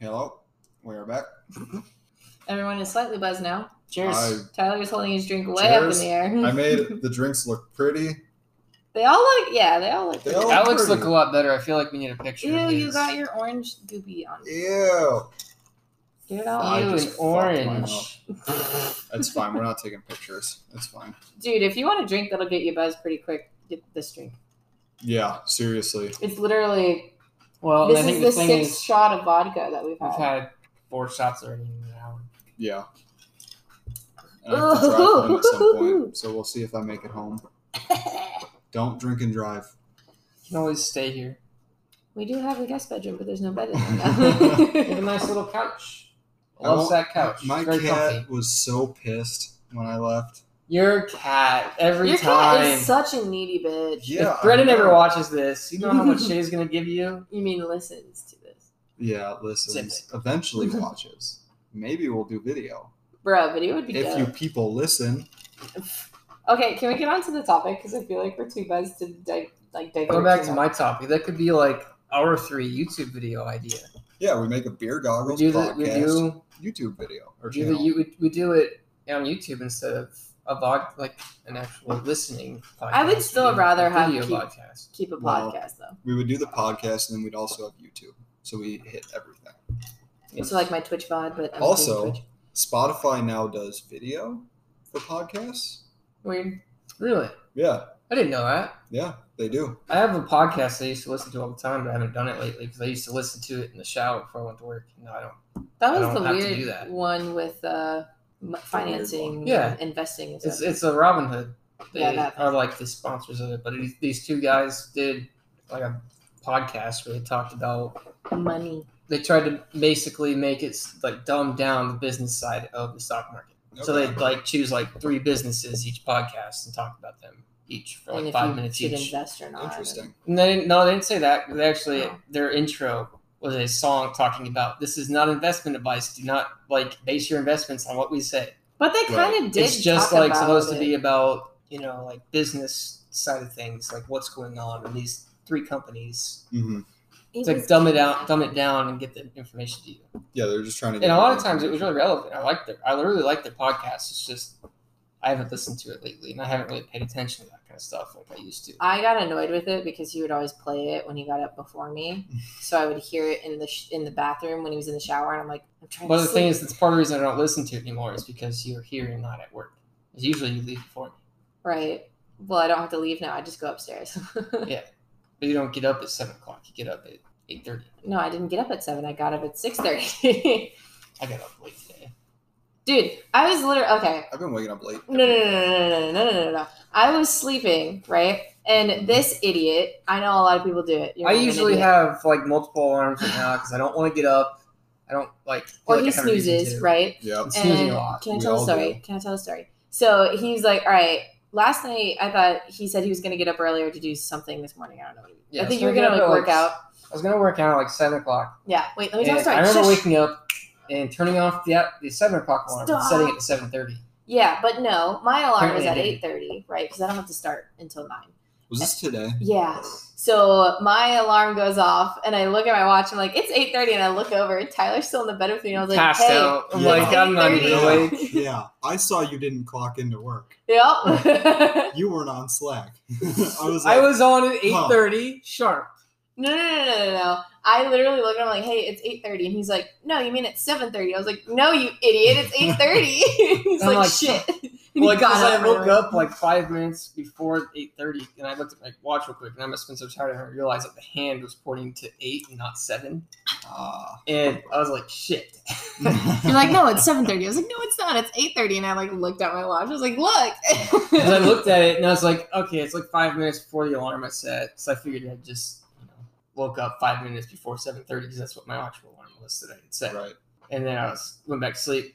Hello, we are back. Everyone is slightly buzzed now. Cheers. I- Tyler is holding his drink way up in Cheers. the air. I made the drinks look pretty. they all look, yeah, they all look. They good. all- Alex Oh, pretty. looked a lot better. I feel like we need a picture. Ew, of you his. got your orange goopy on. Ew. Get it Ew, all. I just an fucked my mouth. orange. It's fine. We're not taking pictures. It's fine. Dude, if you want a drink that'll get you buzzed pretty quick, get this drink. Yeah, seriously. It's literally Well, and I this think is the the thing sixth is, shot of vodka that we've we've had. had four shots already in an hour. Yeah. And I have to drive home at some point, so we'll see if I make it home. Don't drink and drive. You can always stay here. we do have a guest bedroom, but there's no bed in it. We have a nice little couch. I I love won't- that couch. My it's very cat comfy. was so pissed when I left. Your cat every Your time. cat is such a needy bitch. Yeah. if Brennan I know. ever watches this, you don't know how much shade he's gonna give you. You mean listens to this. Yeah, listens. Eventually watches. Maybe we'll do video. Bruh, video would be If dope. you people listen. Okay, can we get on to the topic? Because I feel like we're too buzzed to di- like divert. Go back too to much. my topic. That could be like our three YouTube video idea. Yeah, we make a beer We goggles do the podcast. we do YouTube video or We do, the, channel. you, we, we do it on YouTube instead of a vlog, like an actual listening podcast. I would still We do rather a have video people- podcast. Keep a Well, podcast though. we would do the podcast and then we'd also have YouTube. So we hit everything. It's like my Twitch VOD, but I'm doing Also, Twitch. Spotify now does video for podcasts. weird. Really? Yeah, I didn't know that. yeah, they do. I have a podcast I used to listen to all the time, but I haven't done it lately because I used to listen to it in the shower before I went to work. No, I don't. That I was the don't have to do weird that. one with uh, m- financing, Yeah. and investing. And It's stuff. it's a Robin Hood. They Yeah, that- are like the sponsors of it, but it, these two guys did like a podcast where they talked about money. they tried to basically make it s- like dumb down the business side of the stock market. So Okay. they'd like choose like three businesses each podcast and talk about them each for and like if five you minutes should each. invest or not. Interesting. And they didn't, no, they didn't say that. They actually Oh. their intro was a song talking about this is not investment advice. Do not like base your investments on what we say. But they Right. kind of did. it's just talk like about supposed it. to be about you know like business side of things, like what's going on in these three companies. hmm He It's like was dumb it doing out, that. dumb it down, and get the information to you. Yeah, they're just trying to. And a lot of times it was really relevant. I like their, I really like their podcast. It's just I haven't listened to it lately, and I haven't really paid attention to that kind of stuff like I used to. I got annoyed with it because he would always play it when he got up before me, so I would hear it in the sh- in the bathroom when he was in the shower, and I'm like, I'm trying. But to the thing sleep. is, that's part of the reason I don't listen to it anymore is because you're here and not at work. 'Cause Usually you leave before me, right? Well, I don't have to leave now. I just go upstairs. but you don't get up at seven o'clock. You get up at eight thirty. no, I didn't get up at seven. I got up at six thirty. I got up late today. Dude, I was literally okay. I've been waking up late. No, no, no, no, no, no, no, no, no, no. I was sleeping, right? And this idiot, I know a lot of people do it. You're Mm-hmm. I not an usually idiot. have like multiple alarms right now because I don't want to get up. I don't like. feel or like he I have a reason snoozes, to. right? Yeah, I'm snoozing a And lot. can I We tell a all story? do. Can I tell a story? So he's like, all right. Last night, I thought he said he was going to get up earlier to do something this morning. I don't know. What he, Yeah, I think so you were going I to like got up at, work like, out. I was gonna work out at like seven o'clock. Yeah. Wait. Let me tell a And I story. remember Shush. waking up and turning off the the seven o'clock alarm, and Stop. setting it to seven thirty. Yeah, but no, my alarm was Apparently at they eight thirty, right? Because I don't have to start until nine. was this today? Yeah. So my alarm goes off, and I look at my watch. I'm like, it's eight thirty, and I look over, and Tyler's still in the bed with me. And I was like, Passed hey, out. I'm Yeah. like, I'm not even 8:30. awake. yeah, I saw you didn't clock into work. yep. You weren't on Slack. I was. Like, I was on at eight Huh. thirty sharp. no, no, no, no, no, no. I literally look at him like, hey, it's eight thirty, and he's like, no, you mean it's seven thirty? I was like, no, you idiot, it's eight thirty. he's I'm like, like, shit. And he Well, like, 'cause got I right woke away. up like five minutes before eight thirty, and I looked at my watch real quick, and I must have been so tired, and I realized that the hand was pointing to eight and not seven, Ah. and I was like, shit. You're like, no, it's seven thirty. I was like, no, it's not. It's eight thirty. And I like looked at my watch. I was like, look. 'Cause I looked at it and I was like, okay, it's like five minutes before the alarm I set, so I figured I just you know, woke up five minutes before seven thirty because that's what my actual alarm was that I had set. right. and then I was went back to sleep.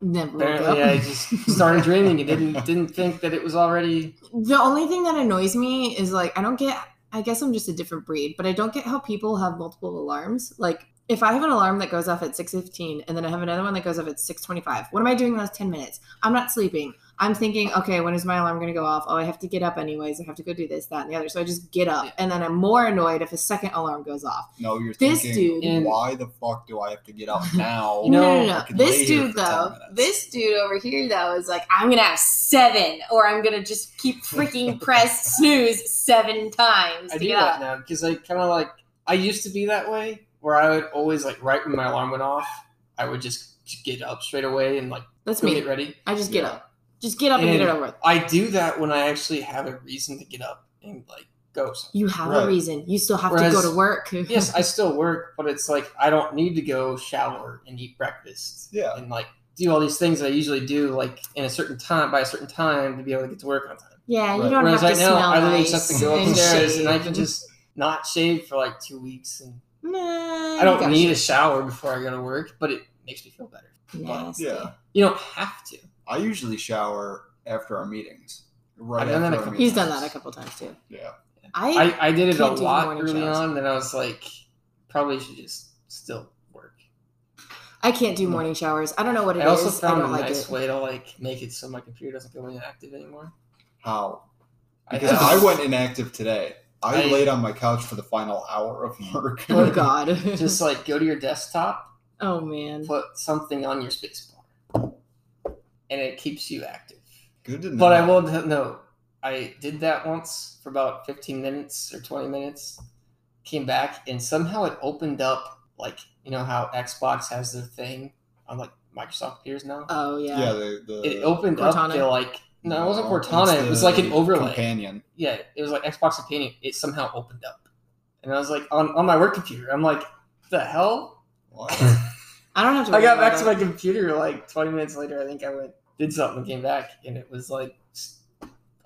Never. woke up. Apparently, I just started dreaming and didn't didn't think that it was already. The only thing that annoys me is like I don't get I guess I'm just a different breed, but I don't get how people have multiple alarms. Like if I have an alarm that goes off at 6:15 and then I have another one that goes off at 6:25, what am I doing in those 10 minutes? I'm not sleeping. I'm thinking, okay, when is my alarm going to go off? Oh, I have to get up anyways. I have to go do this, that, and the other. So I just get up, and then I'm more annoyed if a second alarm goes off. No, you're This thinking, dude- And- why the fuck do I have to get up now? You know, no, no, I no. can lay This here dude for 10 though, minutes. this dude over here though is like, I'm gonna have seven, or I'm gonna just keep freaking press snooze seven times to I do get that up. now because I kind of like I used to be that way where I would always like right when my alarm went off, I would just get up straight away and like That's go me. get ready. I just get Yeah. up. Just get up and, get And- it over with. I do that when I actually have a reason to get up and like go. somewhere. You have Right. a reason. You still have to Whereas- go to work. yes, I still work, but it's like I don't need to go shower and eat breakfast Yeah. and like do all these things that I usually do like in a certain time by a certain time to be able to get to work on time. Yeah, you Right. don't Whereas have right to now, smell I literally nice just have to go and upstairs and I shave. can just not shave for like two weeks and Nah, Oh, I don't need a shower before I go to work, but it makes me feel better. Yeah. You don't have to. I usually shower after our meetings. Right I've done that after a our couple- He's meetings. done that a couple times too. Yeah. I, I, I did it a Can't do lot morning early showers. on, then I was like, probably should just still work. I can't do morning showers. I don't know what it I is. also I found a don't like nice it. way to like make it so my computer doesn't go inactive anymore. How? I Because have- I went inactive today. I, I- laid on my couch for the final hour of work. Oh God. just like go to your desktop, oh man. put something on your space bar, and it keeps you active. Good to know. But I will t- no, I did that once for about 15 minutes or 20 minutes, came back, and somehow it opened up like you know how Xbox has their thing on like Microsoft computers now. Oh Yeah, yeah. the, the it opened up Cortana. to like no, it wasn't Uh, No, it's Cortana. It was like an the overlay. companion. Yeah, it was like Xbox Companion. It somehow opened up, and I was like on on my work computer. I'm like, the hell. What? I don't have to. I worry got about back to it. my computer like 20 minutes later. I think I went did something and came back, and it was like s-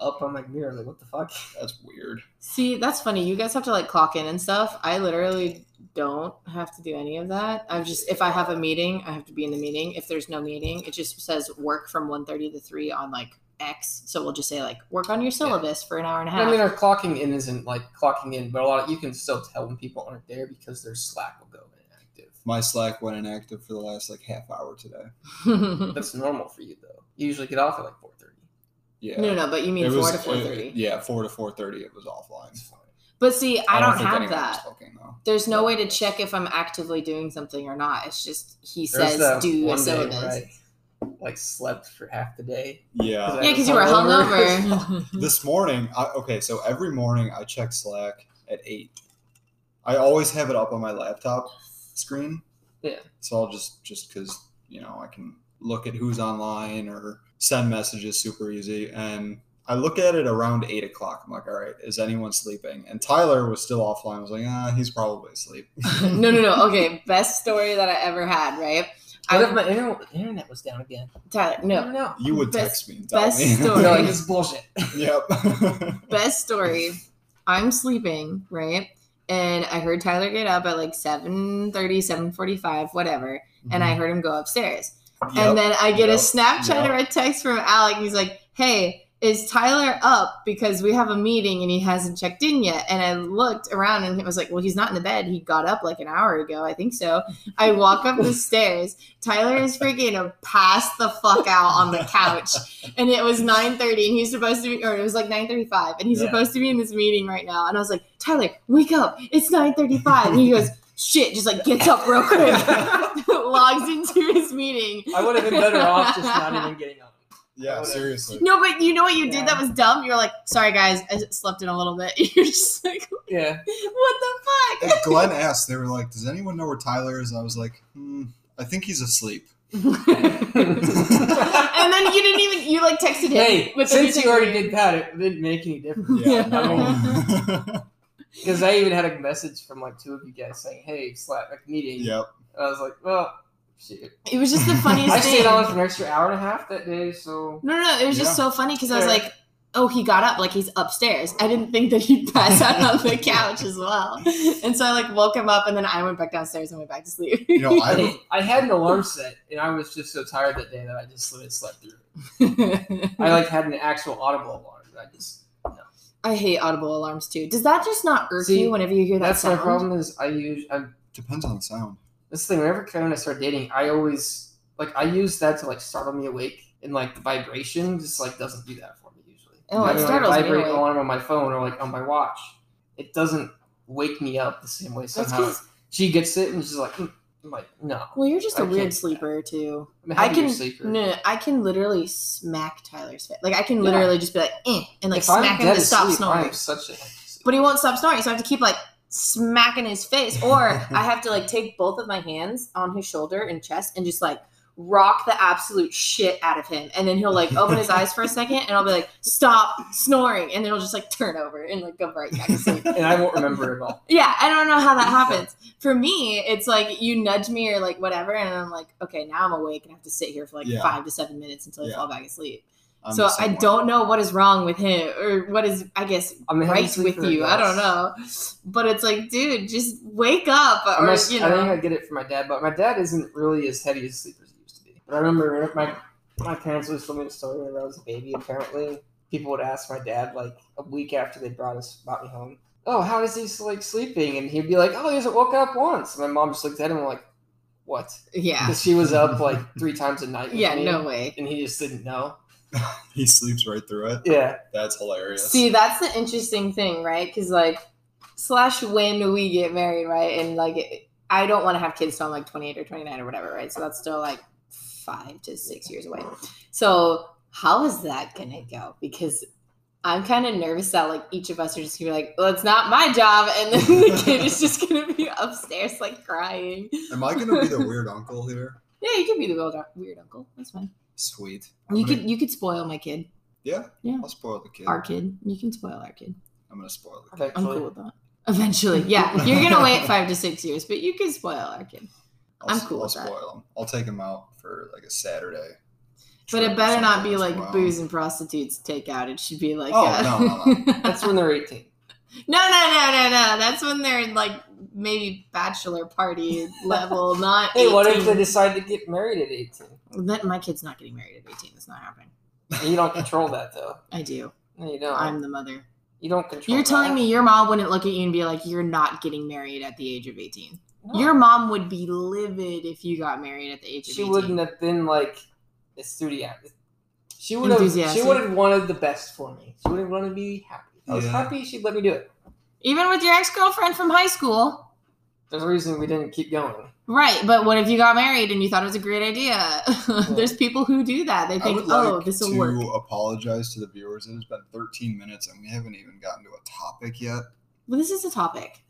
up on my mirror. Like, what the fuck? That's weird. See, that's funny. You guys have to like clock in and stuff. I literally don't have to do any of that. I've just if I have a meeting, I have to be in the meeting. If there's no meeting, it just says work from 1.30 to 3 on like X. So we'll just say like work on your syllabus for an hour and a half. I mean, our clocking in isn't like clocking in, but a lot you can still tell when people aren't there because their Slack will go inactive. My Slack went inactive for the last like half hour today. That's normal for you though. You usually get off at like 4:30. Yeah. no, no, but you mean It 4 was- to it- 4.30. yeah, four to four thirty. It was offline. It's fine. but see, I, don't, think have anyone was that. Looking, though. There's no way to check if I'm actively doing something or not. It's just he There was says that do a one day syllabus. where I, Like slept for half the day. Yeah. Yeah, I because was you were hungover. hungover. this morning, I, okay, so every morning I check Slack at eight. I always have it up on my laptop screen. Yeah. So I'll just just because you know I can look at who's online or send messages super easy, and I look at it around eight o'clock. I'm like, all right, is anyone sleeping? And Tyler was still offline. I was like, ah, he's probably asleep. no, no, no. Okay, best story that I ever had. Right, What I if my inter- internet was down again? Tyler. No, No, no, You would Best- text me and tell best me. story. no, it's bullshit. yep. best story. I'm sleeping right, and I heard Tyler get up at like 7.30, 7.45, whatever, and I heard him go upstairs. And then I get a yep, Snapchat yep. or a text from Alec. He's like, "Hey, is Tyler up? Because we have a meeting and he hasn't checked in yet." And I looked around and it was like, "Well, he's not in the bed. He got up like an hour ago, I think so." I walk up the stairs. Tyler is freaking passed the fuck out on the couch, and it was nine thirty, and he's supposed to be, or it was like nine thirty-five, and he's Yeah. supposed to be in this meeting right now. And I was like, "Tyler, wake up! It's nine thirty-five. And he goes, "Shit!" Just like gets up real quick. logs into his meeting. I would have been better off just not even getting up. yeah, Whatever. seriously. No, but you know what you Yeah. did that was dumb? You're like, sorry guys, I just slept in a little bit. You're just like, Yeah, what the And Glenn asked, they were like, "Does anyone know where Tyler is?" And I was like, hmm, "I think he's asleep." fuck? and then you didn't even, you like texted him. hey, with the since you music already playing. did that, it didn't make any difference. Yeah, no. Because I even had a message from like two of you guys saying, "Hey, Slack like meeting." yep. And I was like, "Well, shit." It was just the funniest I thing. stayed on for an extra hour and a half that day, so no, no, no, it was just Yeah. so funny because I was Sure. like, oh, he got up, like he's upstairs. I didn't think that he'd pass out on the couch as well. And so I like woke him up and then I went back downstairs and went back to sleep. You know, I I, I had an alarm set, and I was just so tired that day that I just literally slept through. it. I like had an actual audible alarm. that I just I hate audible alarms too. Does that just not irk See, you whenever you hear that that's sound? my problem is I use I'm depends on the sound. this thing whenever Karen and I start dating, I always like I use that to like startle me awake, and like the vibration just like doesn't do that for me usually. Oh, Like, it when I startles me vibrate anyway. alarm on my phone or like on my watch. It doesn't wake me up the same way That's somehow. 'cause- she gets it and she's like, "Mm." I'm like, no. well, you're just a I can't weird do that. sleeper too. I'm a I heavier can sleeper. no, no, I can literally smack Tyler's face. Like I can Yeah. literally just be like, eh, and like If I'm smack him dead to stop asleep, snoring. I'm such a heavy sleeper. But he won't stop snoring, so I have to keep like smacking his face, or I have to like take both of my hands on his shoulder and chest and just like rock the absolute shit out of him, and then he'll like open his eyes for a second, and I'll be like, "Stop snoring," and then he'll just like turn over and like go right back to sleep. and I won't remember it all. Yeah, I don't know how that happens. For me, it's like you nudge me or like whatever, and I'm like, okay, now I'm awake and I have to sit here for like Yeah. five to seven minutes until I Yeah. fall back asleep. I'm so the same I way. don't know what is wrong with him or what is, I guess, I'm a heavy right with sleeper, you. I guess. don't know. But it's like, dude, just wake up or, Unless, you I think know. I get it from my dad, but my dad isn't really as heavy as sleep as he used to be. But I remember my my parents always told me a story when I was a baby. Apparently, people would ask my dad like a week after they brought us brought me home. Oh, how is he like sleeping? And he'd be like, Oh, he hasn't woken up once. And my mom just looked at him like, What? yeah. Because she was up like three times a night. with Yeah, me, no way. And he just didn't know. He sleeps right through it. Yeah, That's hilarious. See, that's the interesting thing, right? Because, like, slash when we get married, right? And, like, it, I don't want to have kids till I'm like 28 or 29 or whatever, right? So that's still like five to six years away. So, how is that going to go? Because I'm kind of nervous that, like, each of us are just going to be like, well, it's not my job. And then the kid is just going to be upstairs, like, crying. Am I gonna be the weird uncle here? Yeah, you can be the weird, weird uncle. That's fine. Sweet. You I'm gonna- could you could spoil my kid, Yeah. Yeah. I'll spoil the kid. our kid. You can spoil our kid. I'm gonna spoil the kid. I'm eventually. cool with that. Eventually, yeah, you're gonna wait five to six years, but you can spoil our kid. I'll, I'm s- cool I'll with that. spoil him. I'll take him out for like a Saturday. But trip it or better not something be as like well. booze and prostitutes take out. It should be like Oh, uh, no, no, no. That's when they're 18. no, no, no, no, no. That's when they're in like maybe bachelor party level, not. Hey, what if they 18. decide to get married at 18? That- my kid's not getting married at eighteen. That's not happening. And you don't control that though. I do. No, you don't. I'm the mother. you don't control. You're telling that. me your mom wouldn't look at you and be like, "You're not getting married at the age of 18. No. Your mom would be livid if you got married at the age of she 18. wouldn't have been like enthusiastic. She would have. She Enthusiastic. would have wanted the best for me. She would have wanted to be happy. If I was Yeah. happy. She'd let me do it. Even with your ex girlfriend from high school. There's a reason we didn't keep going. Right, but what if you got married and you thought it was a great idea? There's people who do that. They I think, would like oh, this will to work. apologize to the viewers. It has been 13 minutes and we haven't even gotten to a topic yet. Well, this is a topic.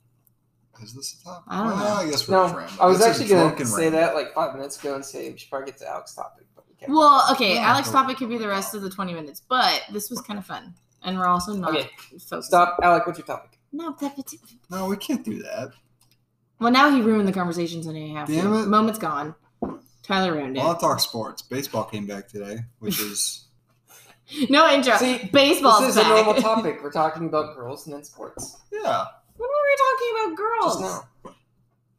Is this a topic? I don't well, know. I guess we're No, just random. I was It's a actually gonna drunken say random. that like five minutes ago and say we should probably get to Alex's topic, but we can't. Well, okay, Yeah, Alex but- topic could be the rest of the 20 minutes, but this was kind of fun. And we're also not Okay, focused. Stop, Alec. What's your topic? No, that partic- No, we can't do that. Well, now he ruined the conversations and I have Damn to. it. Moment's gone. Tyler ruined it. Well, I'll talk sports. Baseball came back today, which is no intro. See, Baseball's this is back. a normal topic. We're talking about girls and then sports. yeah. When were we talking about girls? Just now.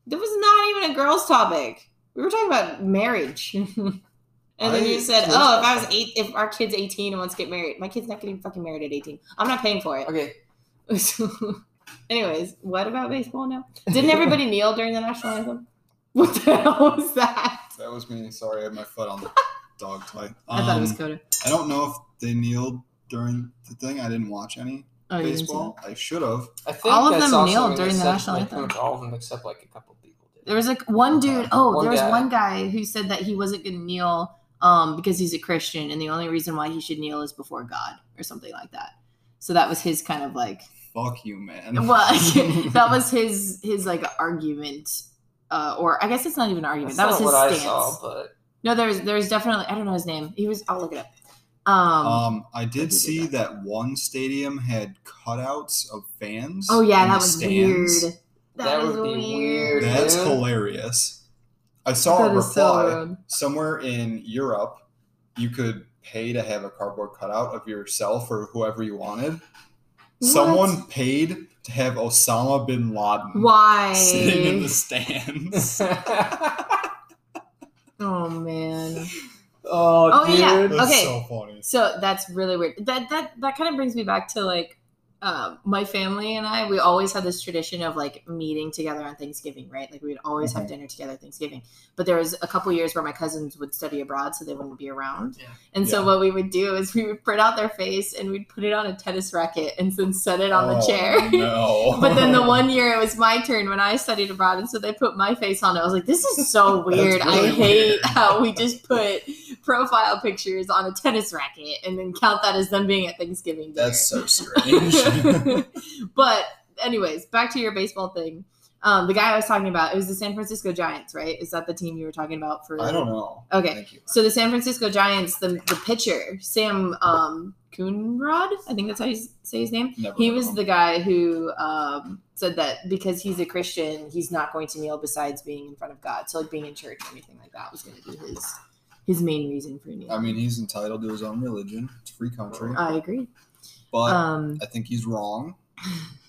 That was not even a girls' topic. We were talking about marriage. and then I- you said, "Oh, if I was eight, if our kid's eighteen and wants to get married, my kid's not getting fucking married at eighteen. I'm not paying for it." Okay, So- anyways, what about baseball now? Didn't everybody kneel during the national anthem? What the hell was that? That was me. Sorry, I had my foot on the dog tie. I thought it was Um, Coda. I don't know if they kneeled during the thing. I didn't watch any Oh, you didn't see baseball. I should have. I think All of that's them also kneeled when they during the said, national like, anthem. pretty much All of them except like a couple people that. did. There was like one dude. Oh, One there was guy. one guy who said that he wasn't going to kneel um, because he's a Christian, and the only reason why he should kneel is before God or something like that. So that was his kind of like Fuck you, man. well that was his his like argument uh or i guess it's not even an argument That's that was not his what stance I saw, but no there's there's definitely i don't know his name he was i'll look it up um, Um, I did did see that. that one stadium had cutouts of fans. oh yeah in the that was stands. weird That was would be weird. That's Yeah. hilarious. I saw That a is so reply rude. somewhere in Europe. You could pay to have a cardboard cutout of yourself or whoever you wanted. Someone paid to have Osama bin Laden why sitting in the stands. oh man oh, Oh, yeah. dude. Okay. so funny. so that's really weird that that that kind of brings me back to like uh, my family and I, we always had this tradition of like meeting together on Thanksgiving, right? Like we'd always have Mhm. dinner together Thanksgiving. But there was a couple years where my cousins would study abroad, so they wouldn't be around. Yeah. And so Yeah. what we would do is we would print out their face and we'd put it on a tennis racket and then set it on the Oh, chair. No. But then the one year it was my turn when I studied abroad, and so they put my face on it. I was like, "This is so That's weird. I really hate weird. how we just put profile pictures on a tennis racket and then count that as them being at Thanksgiving dinner." That's so strange. but anyways, back to your baseball thing. Um, the guy I was talking about, it was the San Francisco Giants, right? Is that the team you were talking about for? I don't know. Okay. Thank you. So the San Francisco Giants, the the pitcher Sam um, Coonrod, I think that's how you s- say his name. Never He heard of was him. the guy who um, said that because he's a Christian, he's not going to kneel besides being in front of God. So like being in church or anything like that was going to be his his main reason for kneeling. I mean, he's entitled to his own religion. It's a free country. I agree. But Uh, Um, I think he's wrong.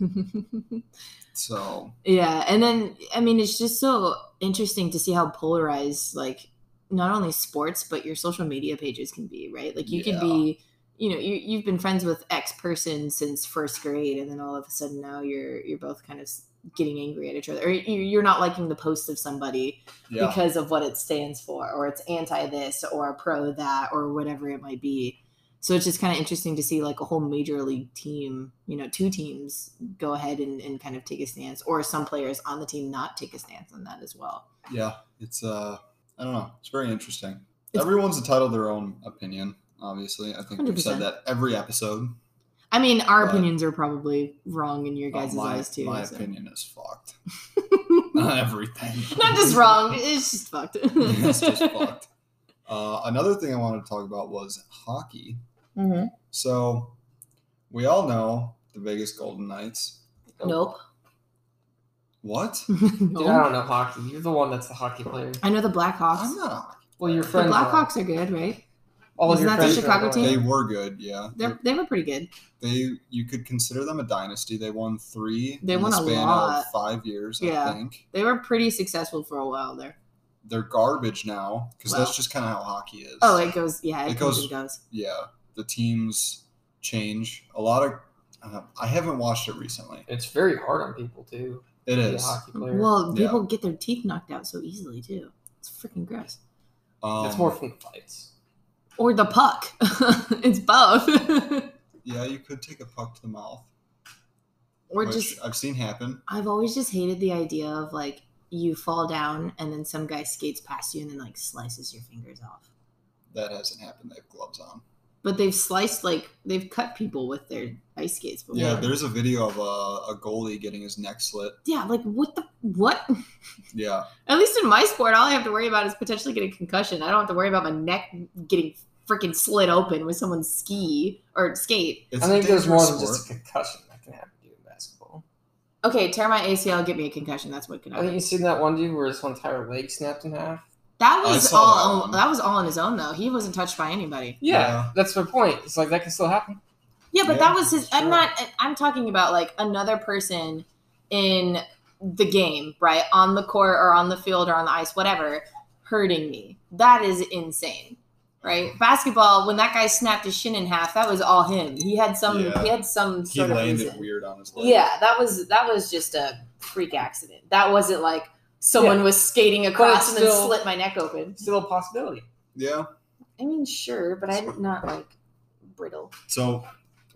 So yeah, and then I mean it's just so interesting to see how polarized like not only sports but your social media pages can be, right? Like you could be you know, you, you've been friends with X person since first grade, and then all of a sudden now you're you're both kind of s- getting angry at each other, or you- you're not liking the post of somebody, yeah, because of what it stands for, or it's anti this or pro that or whatever it might be. So it's just kind of interesting to see like a whole major league team, you know, two teams go ahead and, and kind of take a stance, or some players on the team not take a stance on that as well. yeah. It's uh, I don't know. It's very interesting. It's- Everyone's entitled to their own opinion. Obviously, I think we've 100%. said that every episode. I mean, our Right. opinions are probably wrong in your Uh, guys' my eyes too. my so. opinion is fucked. On everything. Not just wrong, it's just fucked. it's just fucked. Uh, another thing I wanted to talk about was hockey. Mhm. So we all know the Vegas Golden Knights. Nope. What? Dude, I Nope. don't know hockey. You're the one that's the hockey player. I know the Blackhawks. I'm not. a hockey- Well, your The friends. are. Blackhawks are good, right? All of Isn't that your the friends are Chicago going. team? They were good, yeah. They they were pretty good. They you could consider them a dynasty. They won three. They in won a the span lot. of five years, Yeah. I think. They were pretty successful for a while there. They're garbage now because Wow. that's just kind of how hockey is. Oh, it goes. Yeah, it, It goes. goes- and goes. yeah. The teams change a lot of. Uh, I haven't watched it recently. It's very hard on people too. It to be a is. hockey player. Well, Yeah. people get their teeth knocked out so easily too. It's freaking gross. Um, it's more from the fights. Or the puck. it's both. Yeah, you could take a puck to the mouth, or which just, I've seen happen. I've always just hated the idea of like you fall down and then some guy skates past you and then like slices your fingers off. That hasn't happened. They have gloves on. But they've sliced like they've cut people with their ice skates before. Yeah, there's a video of a, a goalie getting his neck slit. yeah. Like what the what? Yeah, At least in my sport, all I have to worry about is potentially getting concussion. I don't have to worry about my neck getting freaking slit open with someone's ski or skate. it's I a think there's more dangerous than just a sport. concussion that can happen to you in basketball. Okay, tear my ACL, get me a concussion. That's what can I think happen. you seen that one dude where his entire leg snapped in half. That I was saw all. that on- one. That, was all on his own though. He wasn't touched by anybody. Yeah, Yeah. that's my point. It's like that can still happen. Yeah, but Yeah, that was his. I'm sure. not. I'm talking about like another person in the game, right, on the court or on the field or on the ice, whatever, hurting me. That is insane. Right, basketball. When that guy snapped his shin in half, that was all him. He had some. Yeah. He had some He sort of landed reason. weird on his leg. Yeah, that was that was just a freak accident. That wasn't like someone was skating across it's and then still- slit my neck open. Still a possibility. yeah. I mean, sure, but I'm not like brittle. So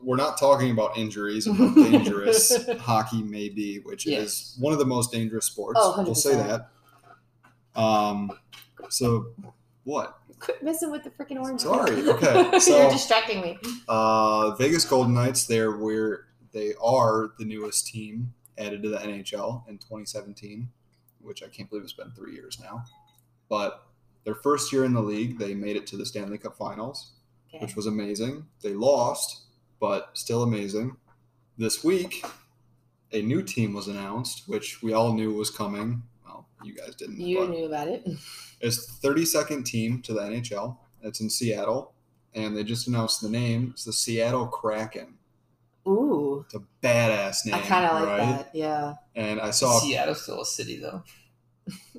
we're not talking about injuries and how dangerous hockey may be, which Yes. is one of the most dangerous sports. Oh, We'll say 100%. that. Um. So what? Quit messing with the freaking orange. Sorry. Okay. You're So distracting me. uh, Vegas Golden Knights. They're where they are the newest team added to the NHL in 2017, which I can't believe it's been three years now. But their first year in the league, they made it to the Stanley Cup Finals. Okay. which was amazing. They lost, but still amazing. This week, a new team was announced, which we all knew was coming. Well, you guys didn't. You but knew about it. It's the 32nd team to the NHL. It's in Seattle, and they just announced the name. It's the Seattle Kraken. Ooh, It's a badass name, I kind of like right? that. Yeah. And I saw Seattle's still a city though.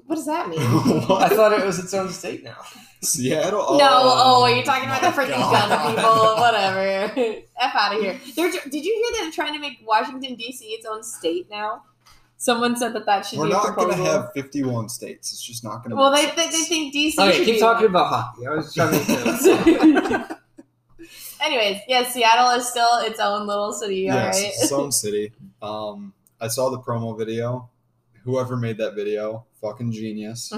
What does that mean? I What? thought it was its own state now. Seattle. no, oh, you're talking about the my freaking God. gun people. Whatever. F out of here. They're, tr- did you hear they're trying to make Washington, D.C. its own state now? Someone said that that should We're be a not going to proposal. have 51 states. It's just not going to. well, they, they, they think D.C. Okay, should keep be talking one. about hockey. I was trying to. Anyways, yeah, Seattle is still its own little city, all right? yes, it's its own city. Um, I saw the promo video. Whoever made that video, fucking genius.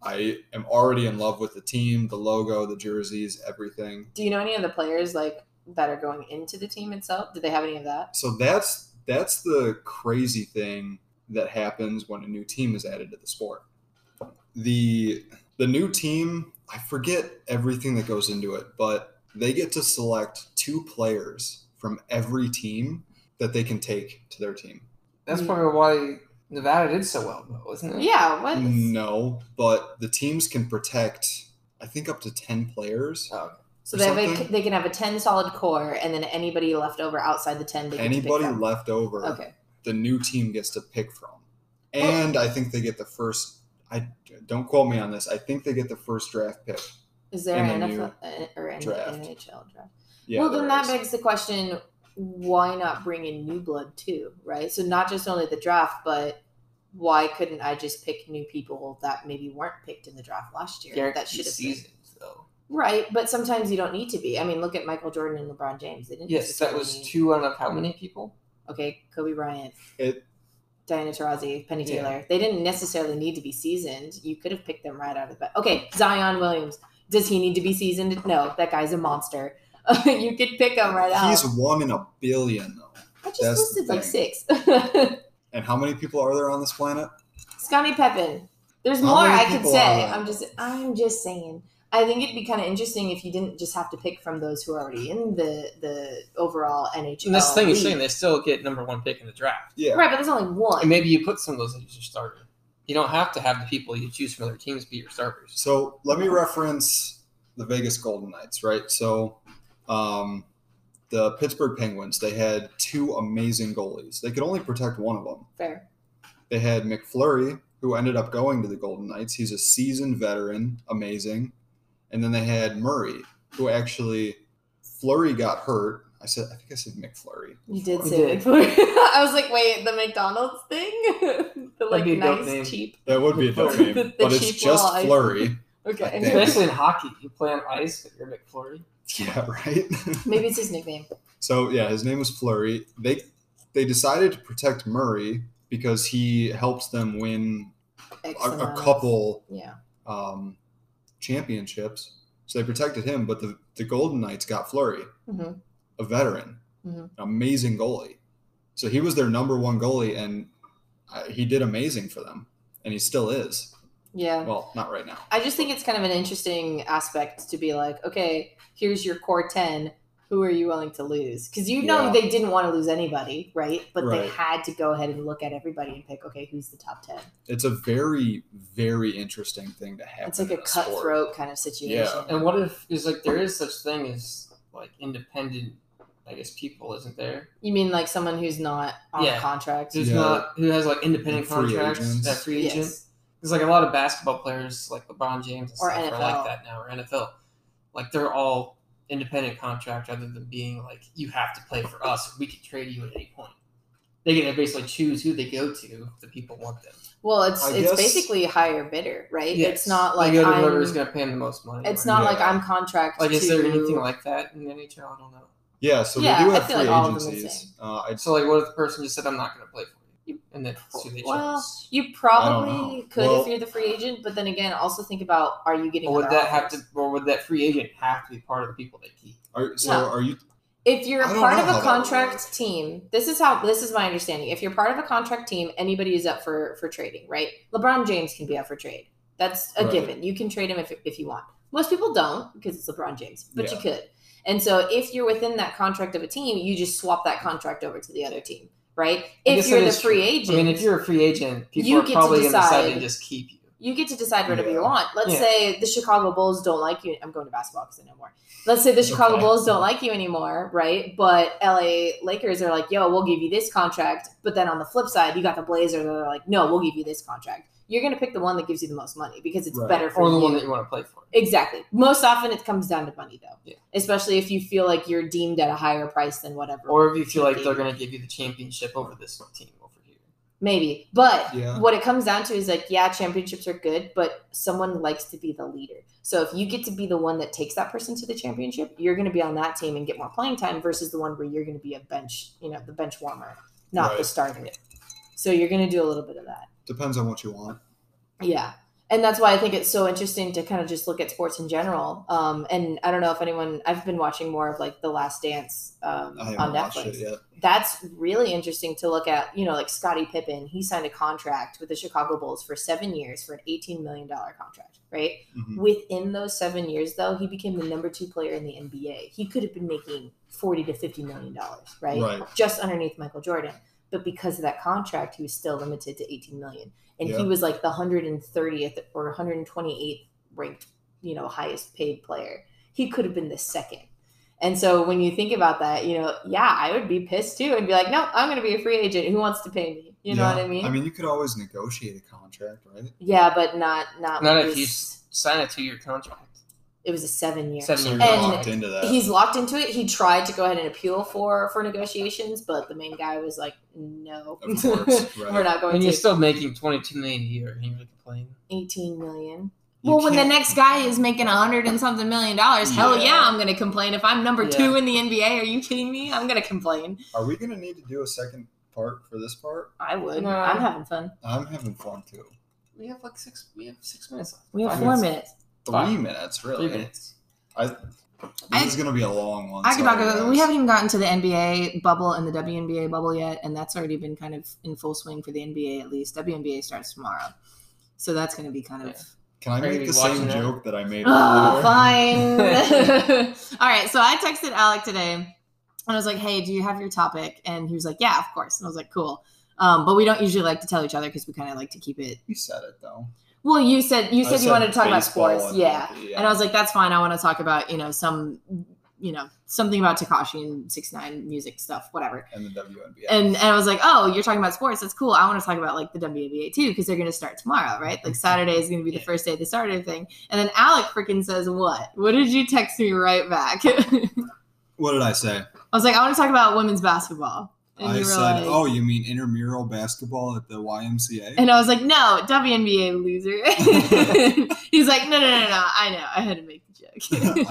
I am already in love with the team, the logo, the jerseys, everything. Do you know any of the players like that are going into the team itself? Do they have any of that? So that's that's the crazy thing that happens when a new team is added to the sport. The the new team, I forget everything that goes into it, but they get to select two players from every team that they can take to their team. That's probably why Nevada did so well, though, isn't it? Yeah, what? No, but the teams can protect I think up to 10 players. Oh, So they have a, something. they can have a ten solid core, and then anybody left over outside the ten, they can pick Anybody from. left over, Okay, Oh. the new team gets to pick from. And I think they get the first I don't quote me on this. I think they get the first draft pick. is there In an the NFL uh, or an draft. NHL draft? Yeah. well, then there that is. begs the question: Why not bring in new blood too? Right? So not just only the draft, but why couldn't I just pick new people that maybe weren't picked in the draft last year? Guaranteed that should have been seasons, though. right. But sometimes you don't need to be. I mean, look at Michael Jordan and LeBron James. They didn't. Yes, that necessarily was need- two out of how many people? okay, Kobe Bryant, It- Diana Taurasi, Penny Yeah. Taylor. They didn't necessarily need to be seasoned. You could have picked them right out of the bat. Okay, Zion Williams. Does he need to be seasoned? No, that guy's a monster. you could pick him right out. He's one in a billion though. I just that's listed the like thing. six. And how many people are there on this planet? Scotty Pippen. There's How more many I could people say. are- I'm just I'm just saying. I think it'd be kind of interesting if you didn't just have to pick from those who are already in the the overall NHL. And that's the thing he's league. saying. They still get number one pick in the draft. Yeah. Right, but there's only one. And maybe you put some of those as your starter. You don't have to have the people you choose from other teams be your starters. So let me reference the Vegas Golden Knights, right? So um, the Pittsburgh Penguins, they had two amazing goalies. They could only protect one of them. Fair. They had McFlurry, who ended up going to the Golden Knights. He's a seasoned veteran, amazing. And then they had Murray, who actually Flurry got hurt. I said, I think I said McFlurry. You did We say did. McFlurry. I was like, wait, the McDonald's thing? the like be a dope nice, name. cheap. That would be a dope name, The- the but it's cheap just little ice- Flurry. Okay. I think. Especially in hockey, you play on ice, but you're McFlurry. Yeah, right. Maybe it's his nickname. So yeah, his name was Flurry. They they decided to protect Murray because he helps them win X a, a amount of- couple Yeah. um, championships. So they protected him, but the, the Golden Knights got Flurry, hmm a veteran, Mhm. an amazing goalie. So he was their number one goalie, and uh, he did amazing for them, and he still is. Yeah. Well, not right now. I just think it's kind of an interesting aspect to be like, okay, here's your core 10. Who are you willing to lose? Because you know Yeah. they didn't want to lose anybody, right? But they Right. had to go ahead and look at everybody and pick, okay, who's the top 10? It's a very, very interesting thing to happen. It's like in a sport. cutthroat kind of situation. And what if is like there is such thing as like independent, I guess people, isn't there? You mean like someone who's not on Yeah. a contract? Who's Yeah. not who has like independent And free contracts, agents. that free agent. Yes. Because like a lot of basketball players, like LeBron James and Or stuff, are NFL. like that now, or NFL. Like they're all independent contract, rather than being like you have to play for us. We can trade you at any point. They get to basically choose who they go to if the people want them. Well, it's I it's guess- basically higher bidder, right? It's not They like go to whoever's I'm, going to pay them the most money. it's right? not Yeah. like I'm contract. like is there to- anything like that in the NHL? I don't know. Yeah, so Yeah, we do I have feel free like all of them are the agencies. Uh, I So like, what if the person just said, "I'm not going to play for you," and then that's who they Well, chose? you I don't probably know. could Well- if you're the free agent, but then again, also think about are you getting Or would other that have offers? to, or would that free agent have to be part of the people they keep? Are, so No. are you? If you're I a don't part know of how that a would contract work. team, this is how this is my understanding. If you're part of a contract team, anybody is up for for trading, right? LeBron James can be up for trade. That's a Right. given. You can trade him if if you want. Most people don't because it's LeBron James, but Yeah. you could. And so if you're within that contract of a team, you just swap that contract over to the other team, right? If guess you're that the is free true. agent, I mean, if you're a free agent, people You are get to probably going to decide decide. to just keep you. you get to decide whatever Yeah. you want. Let's Yeah. say the Chicago Bulls don't like you. I'm going to basketball because I know more. Let's say the Chicago Okay. Bulls don't like you anymore, right? But LA Lakers are like, yo, we'll give you this contract. But then on the flip side, you got the Blazers that are like, no, we'll give you this contract. you're going to pick the one that gives you the most money because it's Right. better for or the you. one that you want to play for. Exactly. Most often it comes down to money though. Yeah. Especially if you feel like you're deemed at a higher price than whatever. Or if you feel like they're going to give you the championship over this team over here. Maybe. But Yeah. what it comes down to is like, yeah, championships are good, but someone likes to be the leader. So if you get to be the one that takes that person to the championship, you're going to be on that team and get more playing time versus the one where you're going to be a bench, you know, the bench warmer, not the Right. starter. So you're going to do a little bit of that. Depends on what you want. Yeah. And that's why I think it's so interesting to kind of just look at sports in general. Um, and I don't know if anyone, I've been watching more of like The Last Dance um, I haven't on watched it Netflix. yet. That's really interesting to look at. You know, like Scottie Pippen, he signed a contract with the Chicago Bulls for seven years for an $18 million contract, right? Mhm. Within those seven years, though, he became the number two player in the NBA. He could have been making 40 to $50 million, right? Right. just underneath Michael Jordan. But because of that contract, he was still limited to 18 million. And Yeah. he was like the 130th or 128th ranked, you know, highest paid player. He could have been the second. And so when you think about that, you know, yeah, I would be pissed too and be like, no, I'm going to be a free agent. Who wants to pay me? You know Yeah. what I mean? I mean, you could always negotiate a contract, right? yeah, but not, not, Not with if you this- sign a two year contract. it was a seven year. Seven So year you're And locked into that. he's locked into it. He tried to go ahead and appeal for for negotiations, but the main guy was like, "No, Of course, right. we're not going And to." you're still making twenty two million a year and you're complaining. 18 million. You well, when the can't- next guy is making a hundred and something million dollars, hell Yeah. yeah, I'm gonna complain. If I'm number Yeah. two in the NBA, are you kidding me? I'm gonna complain. Are we going to need to do a second part for this part? I would. No. I'm having fun. I'm having fun too. We have like six we have six minutes left. We have Five four minutes. Three Five. minutes, really. Three minutes. This I- is going to be a long one. I could talk sorry, about. guys. We haven't even gotten to the NBA bubble and the WNBA bubble yet, and that's already been kind of in full swing for the NBA at least. WNBA starts tomorrow, so that's gonna be kind of. Yeah. Can I Are you make the same watching that? joke that I made? Oh, earlier? fine. All right. So I texted Alec today and I was like, hey, do you have your topic? And he was like, yeah, of course. And I was like, cool. Um, but we don't usually like to tell each other because we kind of like to keep it. You said it though. Well, you said you I said, you wanted to talk about baseball sports, and E yeah. hockey, And I was like, that's fine. I want to talk about you know some, you know something about Takashi and Six Nine music stuff, whatever. and the E WNBA. And and I was like, oh, you're talking about sports. That's cool. I want to talk about like the WNBA too because they're going to start tomorrow, right? Mm-hmm. Like Saturday is going to be the Yeah. first day they started everything. And then Alec freaking says, what? What did you text me right back? what did I say? I was like, I want to talk about women's basketball. And I you were said, like, "Oh, you mean intramural basketball at the YMCA?" And I was like, no, WNBA loser. He's like, no, no, no, no. I know. I had to make the joke.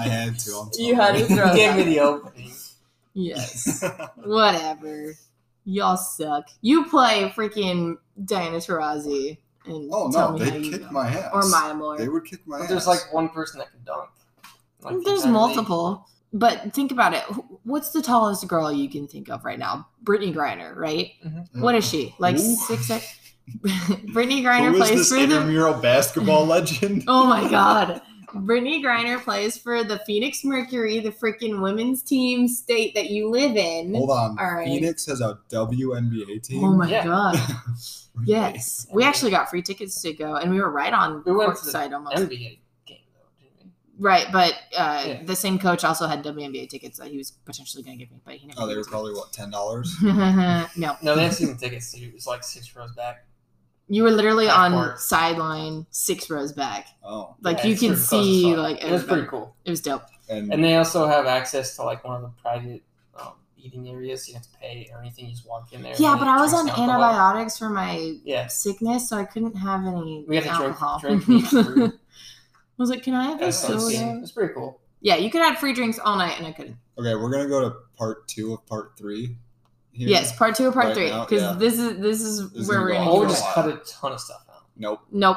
I had to. I'm You had to sorry. throw Give me that. the opening. yes. Oh, Whatever. Y'all suck. You play freaking Diana Taurasi. And oh tell no, me how they you kicked go. my ass. Or Maya Moore. They would kick my But ass. there's like one person that can dunk. Like, the There's entire league. multiple. But think about it. Wh- What's the tallest girl you can think of right now? Brittany Griner, right? Mm-hmm. What is she? Like Who? six? Brittany Mm-hmm. Who Griner is plays this for the intramural basketball legend? Oh my god. Brittany Griner plays for the Phoenix Mercury, the freaking women's team state that you live in. Hold on, All right. Phoenix has a WNBA team. Oh my Yeah. god. Really? Yes. We actually got free tickets to go and we were right on We went court to the side almost. NBA game though, didn't we? right, but uh, Yeah. the same coach also had WNBA tickets that he was potentially going to give me, but he never Oh, they gave were it to me. probably what ten dollars. no. No, they had season tickets too. It was like six rows back. You were literally Half on court. sideline 6 rows back. Oh, Like Yeah, you it's could pretty close as see fuck. like it was pretty everybody. cool. It was dope. and, And they also have access to like one of the private um, eating areas. You don't have to pay or anything. You just walk in there. and Yeah, they but I was on drink some alcohol. antibiotics for my Yeah, sickness, so I couldn't have any we had alcohol. to drink drink these I through. was like, "Can I have a That's soda. insane. soda?" It's pretty cool. Yeah, you could have free drinks all night, and I couldn't. okay, we're gonna go to part two of part three. Here. Yes, part two or part Right three, now, because yeah. this is this is This is where gonna we're go gonna. on Or Keep we for going. a just cut a ton of stuff out. Nope. Nope.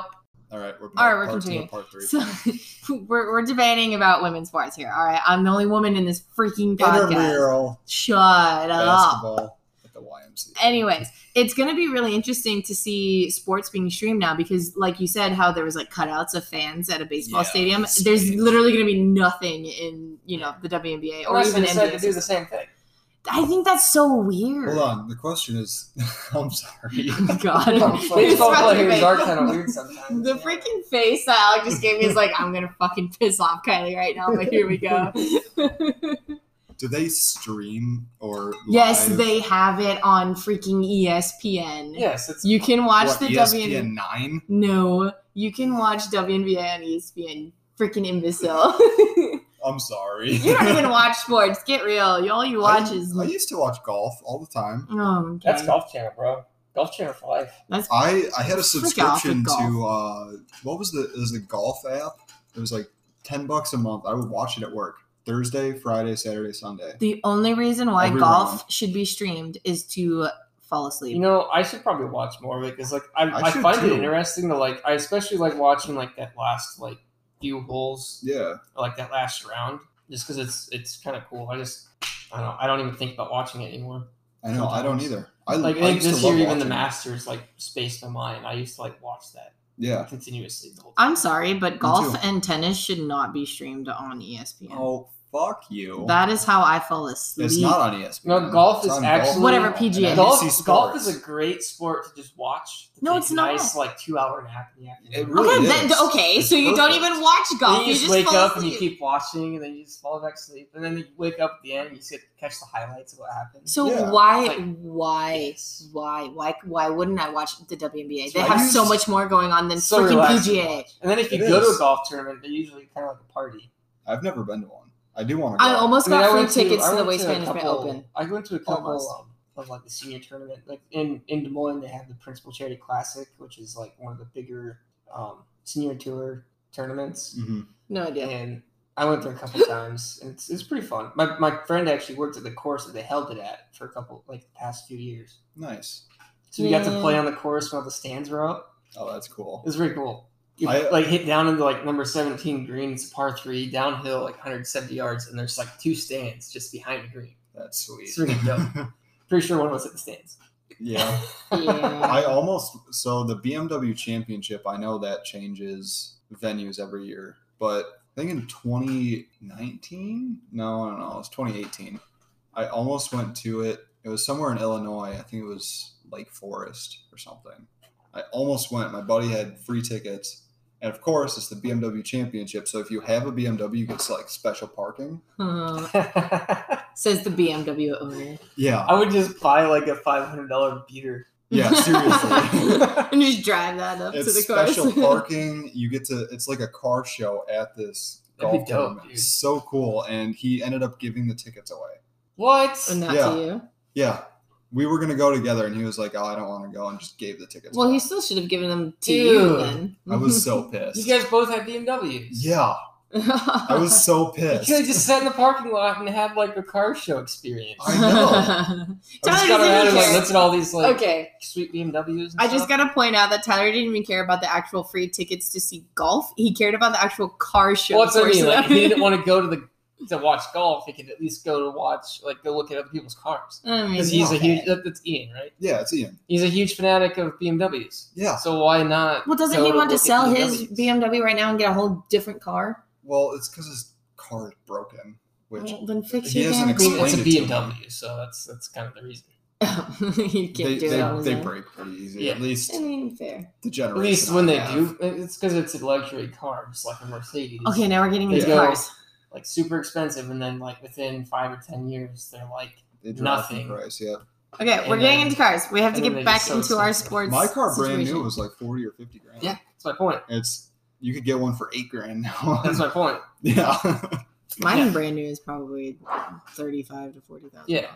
All right, we're back. All right, we're part two continuing. and part three. So we're, we're debating about women's sports here. All right, I'm the only woman in this freaking podcast. Intramural Shut up. basketball at the YMCA. anyways it's going to be really interesting to see sports being streamed now because like you said how there was like cutouts of fans at a baseball Yeah, stadium it's there's strange. literally going to be nothing in you know the WNBA or Unless even they decided NBA to do the same thing. I think that's so weird Hold on. The question is, I'm sorry. Oh my god Baseball It's Baseball fucking players fake. are kind of weird sometimes. the yeah. freaking face that Alec just gave me is like I'm gonna fucking piss off Kylie right now but here we go Do they stream or Yes, live they have it on freaking E ESPN. Yes, it's You can watch what, E the E. WNBA. ESPN nine. No, you can watch WNBA on E ESPN. Freaking imbecile. I'm sorry. you don't even watch sports. Get real. You- All you watch I, is. I Oh, used to watch golf all the time. okay. that's Golf Channel, bro. Golf Channel for life. That's- I I had a Freak off with subscription to uh, what was the it was the golf app. It was like ten bucks a month. I would watch it at work Thursday, Friday, Saturday, Sunday. the only reason why Everyone. golf should be streamed is to fall asleep. You know, I should probably watch more of it because, like, I, I I, should find it too. interesting to like. I especially like watching like that last like few holes, Yeah, or, like that last round, just because it's it's kind of cool. I just I don't I don't even think about watching it anymore. I know. I don't either. I Like I I think used to this love year, even the watching it. Masters like spaced my mind. I used to like watch that Yeah. continuously. The whole time. I'm sorry, but golf too. and tennis should not be streamed on E ESPN. Oh fuck you. That is how I fall asleep. it's not on E ESPN. No, golf It's is on actually- Whatever, PGA. and golf, NBC golf Sports. is a great sport to just watch. to No, take it's a not. Nice like two hour nap in the afternoon. It really okay, is. then- okay, It's so you don't perfect. even watch Then golf. you, You, just, just wake fall up and asleep. you keep watching, and then you just fall back asleep, and then you wake up at the end and you sit, catch the highlights of what happened. so Yeah. why, Like- why, why, why, why wouldn't I watch the WNBA? They I have used- so much more going on than So freaking relaxing to PGA. watch. And then if you It go to a is. golf tournament, they're usually kind of like a party. I've never been to one. I do want to. I almost I mean, got I free went to- tickets I to, the went Waste a Management couple- Open. I went to a couple Almost. um, of like the senior tournament, like in in Des Moines, they have the Principal Charity Classic, which is like one of the bigger um, senior tour tournaments. hmm No idea. and I went there a couple times, and it's, it's pretty fun. My, my friend actually worked at the course that they held it at for a couple, like the past few years. Nice. So we got to Yeah. play on the course while the stands were up. Oh, that's It cool. was pretty cool. You, I- like hit down into like number seventeen green, it's a par three downhill, like 170 yards, and there's like two stands just behind the green. That's sweet. It's really dope. Pretty sure one was at the stands. yeah. Yeah. I almost so the BMW Championship. I know that changes venues every year, but I think in 2019, no, no, no, it was 2018. I almost went to it. It was somewhere in Illinois. I think it was Lake Forest or something. I almost went. My buddy had free tickets, and of course, it's the BMW Championship. So if you have a BMW, you get like special parking. Huh. I says the BMW owner. Yeah, would just buy like a five hundred dollar beater. yeah, seriously. and just drive that up to it's the course. special parking. You get to it's like a car show at this That'd be golf dope, tournament. dude. It's so cool, and he ended up giving the tickets away. What? And not Yeah. to you. Yeah, we were gonna go together, and he was like, "Oh, I don't want to go," and just gave the tickets. Well, away. he still should have given them to you Dude. then. I was so pissed. You guys both have BMWs. yeah, I was so You pissed. could have just sat in the parking lot and have like a car show experience. I I just Tyler just got doesn't around even and like care. looked at all these like okay, sweet BMWs. And I just stuff. gotta point out that Tyler didn't even care about the actual free tickets to see golf. He cared about the actual car show. Well, that's what I mean. portion Like, of if he it. didn't want to go to the to watch golf. He could at least go to watch like go look at other people's cars. I mean, Because he's a Okay. huge. uh, that- That's Ian, right? yeah, it's Ian. He's a huge fanatic of BMWs. Yeah. So why not? well, doesn't go he want to look at sell his BMWs? BMW right now and get a whole different car? Well, it's because his car is broken, which Well, then fix he your hasn't damn I mean, explained it's a Explain it to BMW, so that's that's kind of the reason. he can't they do it on his they, they own. break pretty easy. Yeah. At least I mean, fair. the At generation. least when I they have. do, it's because it's a luxury car, just like a Mercedes. Okay, now we're getting into Yeah. cars. Like super expensive, and then like within five or ten years, they're like they drop in nothing. Price, yeah. Okay, we're And getting then- into cars. We have to and get then they back just sell into our something. sports. My car brand situation. new was like forty or fifty grand. Yeah. that's my point. It's you could get one for eight grand now. That's my point. yeah. Mine Yeah. brand new is probably thirty-five to forty thousand. Yeah.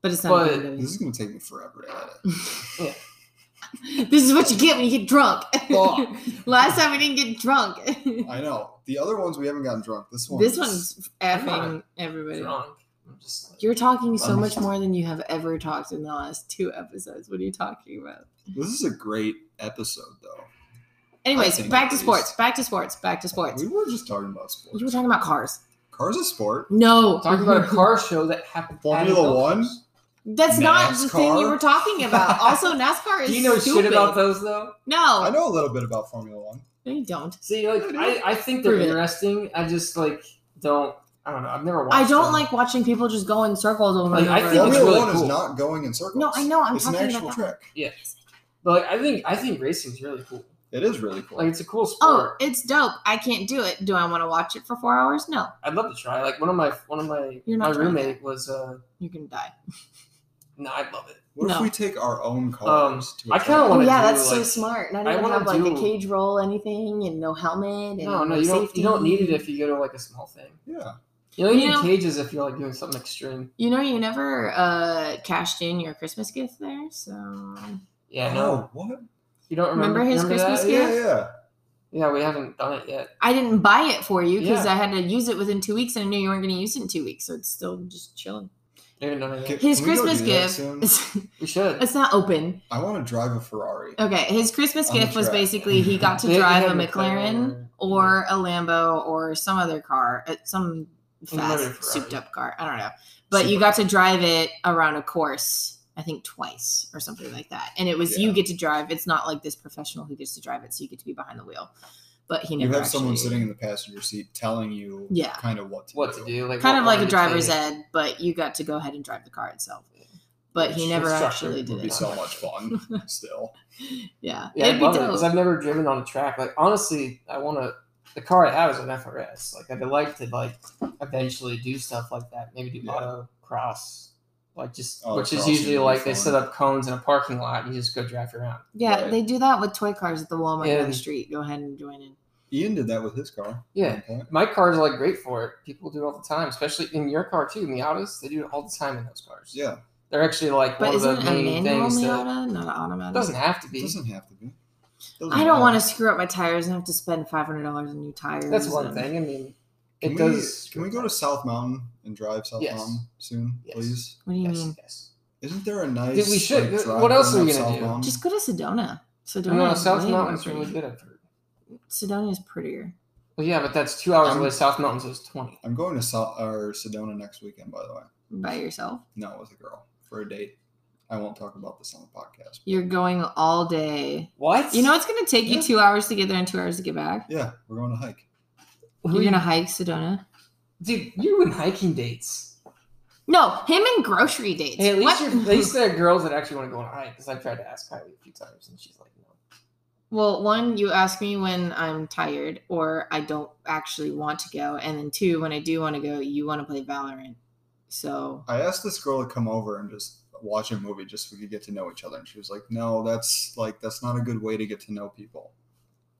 but it's not. But- brand new. this is gonna take me forever to edit. This is what you get when you get drunk. Fuck. Last time we didn't get drunk. I know. The other ones we haven't gotten drunk. This one. this one's I'm not effing everybody. Drunk. Um, I'm just like, You're talking so I'm- much more than you have ever talked in the last two episodes. What are you talking about? This is a great episode, though. Anyways, think back at to least- sports. Back to sports. Back to sports. We were just talking about sports. You were talking about cars. Cars a sport. No, talking about a car show that happened. Formula One? That's not the thing you NASCAR? were talking about. Also, NASCAR is Do you know stupid. shit about those though? No, I know a little bit about Formula One. no, you don't. See, like I do. I, I think they're Prove it. interesting. I just like don't. I don't know. I've never watched. I don't them. like watching people just go in circles over Like, and I over. think it's Formula really One cool. is not going in circles. no, I know. I'm it's an talking actual about that. trick. But like, I think I think racing's really cool. It is really cool. Like it's a cool Oh, sport. it's dope. I can't do it. Do I want to watch it for four hours? No, I'd love to try. Like one of my one of my You're my not trying roommate was uh you can die. no, I love it. what if no. we take our own cars? to a Um, I kinda track? Oh wanna yeah, do, that's so like- smart. Not I even wanna have like do- a cage roll, anything, and no helmet. And No, no, you don't you don't need it if you go to like a small thing. Yeah. You know, you, You need know- cages if you're like doing something extreme. You know, you never uh cashed in your Christmas gift there, so Yeah, no, Oh, what? you don't remember, Remember his that? Christmas Yeah, gift? yeah. Yeah, we haven't done it yet. I didn't buy it for you because Yeah. I had to use it within two weeks, and I knew you weren't going to use it in two weeks, so it's still just chilling. We haven't done it yet. Can- His can we go Christmas do that gift. soon? It's, We should. it's not open. I want to drive a Ferrari. Okay, his Christmas On the gift was track. basically he got to They- they drive a had McLaren Mm-hmm. or a Lambo or some other car, uh, some It might have fast been souped Ferrari. up car. I don't know, but Super you got to drive it around a course, I think twice or something like that. And it was Yeah. you get to drive. It's not like this professional who gets to drive it, so you get to be behind the wheel. But he You never have someone actually- sitting in the passenger seat telling you Yeah. kind of what to What do. to do? Like kind what of like a one to driver's take. ed, but you got to go ahead and drive the car itself. But he Which never instructor actually It would did be it. so much fun still. Yeah, Yeah, it'd I be love it dope. because I've never driven on a track. Like honestly, I want to. The car I have is an FRS. Like I'd like to like eventually do stuff like that. Maybe do Yeah. Oh, auto cross, like just Autocross which is would usually be like they fun. set up cones in a parking lot and you just go drive around. yeah, Right. they do that with toy cars at the Walmart down And- the street. Go ahead and join in. Ian did that with his car. Yeah. Okay. My cars are like great for it. People do it all the time, especially in your car too. Miatas, they do it all the time in those cars. Yeah. They're actually like But one of isn't the it a main manual things that Miata, not an automatic? doesn't have to It be. doesn't have to be. Doesn't I don't matter. want to screw up my tires and have to spend five hundred dollars on new tires. Uh, That's one and- thing. I mean, it Can we, does. Can we go to South Mountain and drive South Yes. Mountain soon, Yes. please? What do you Yes, mean? yes. Isn't there a nice? we should- like, drive what else going are we up gonna South do? Mountain? Just go to Sedona. Sedona. No, is South way more Mountain's really pretty. good. I've heard. Sedona is prettier. Well, yeah, but that's two hours I'm- away. South Mountains is twenty. I'm going to South or Sedona next weekend. By the way, By yourself, no, with a girl for a date. I won't talk about this on the podcast. you're going all day. What? You know it's going to take Yeah. you two hours to get there and two hours to get back. Yeah, we're going to hike. You're going to hike Sedona. dude, you're doing hiking dates. No, him and grocery dates. Hey, at least What? you're, at least there are girls that actually want to go on a hike. Because I've tried to ask Kylie a few times, and she's like, no. Well, one, you ask me when I'm tired or I don't actually want to go. And then two, when I do want to go, you want to play Valorant. So I asked this girl to come over and just watch a movie just so we could get to know each other. And she was like, no, that's like, that's not a good way to get to know people.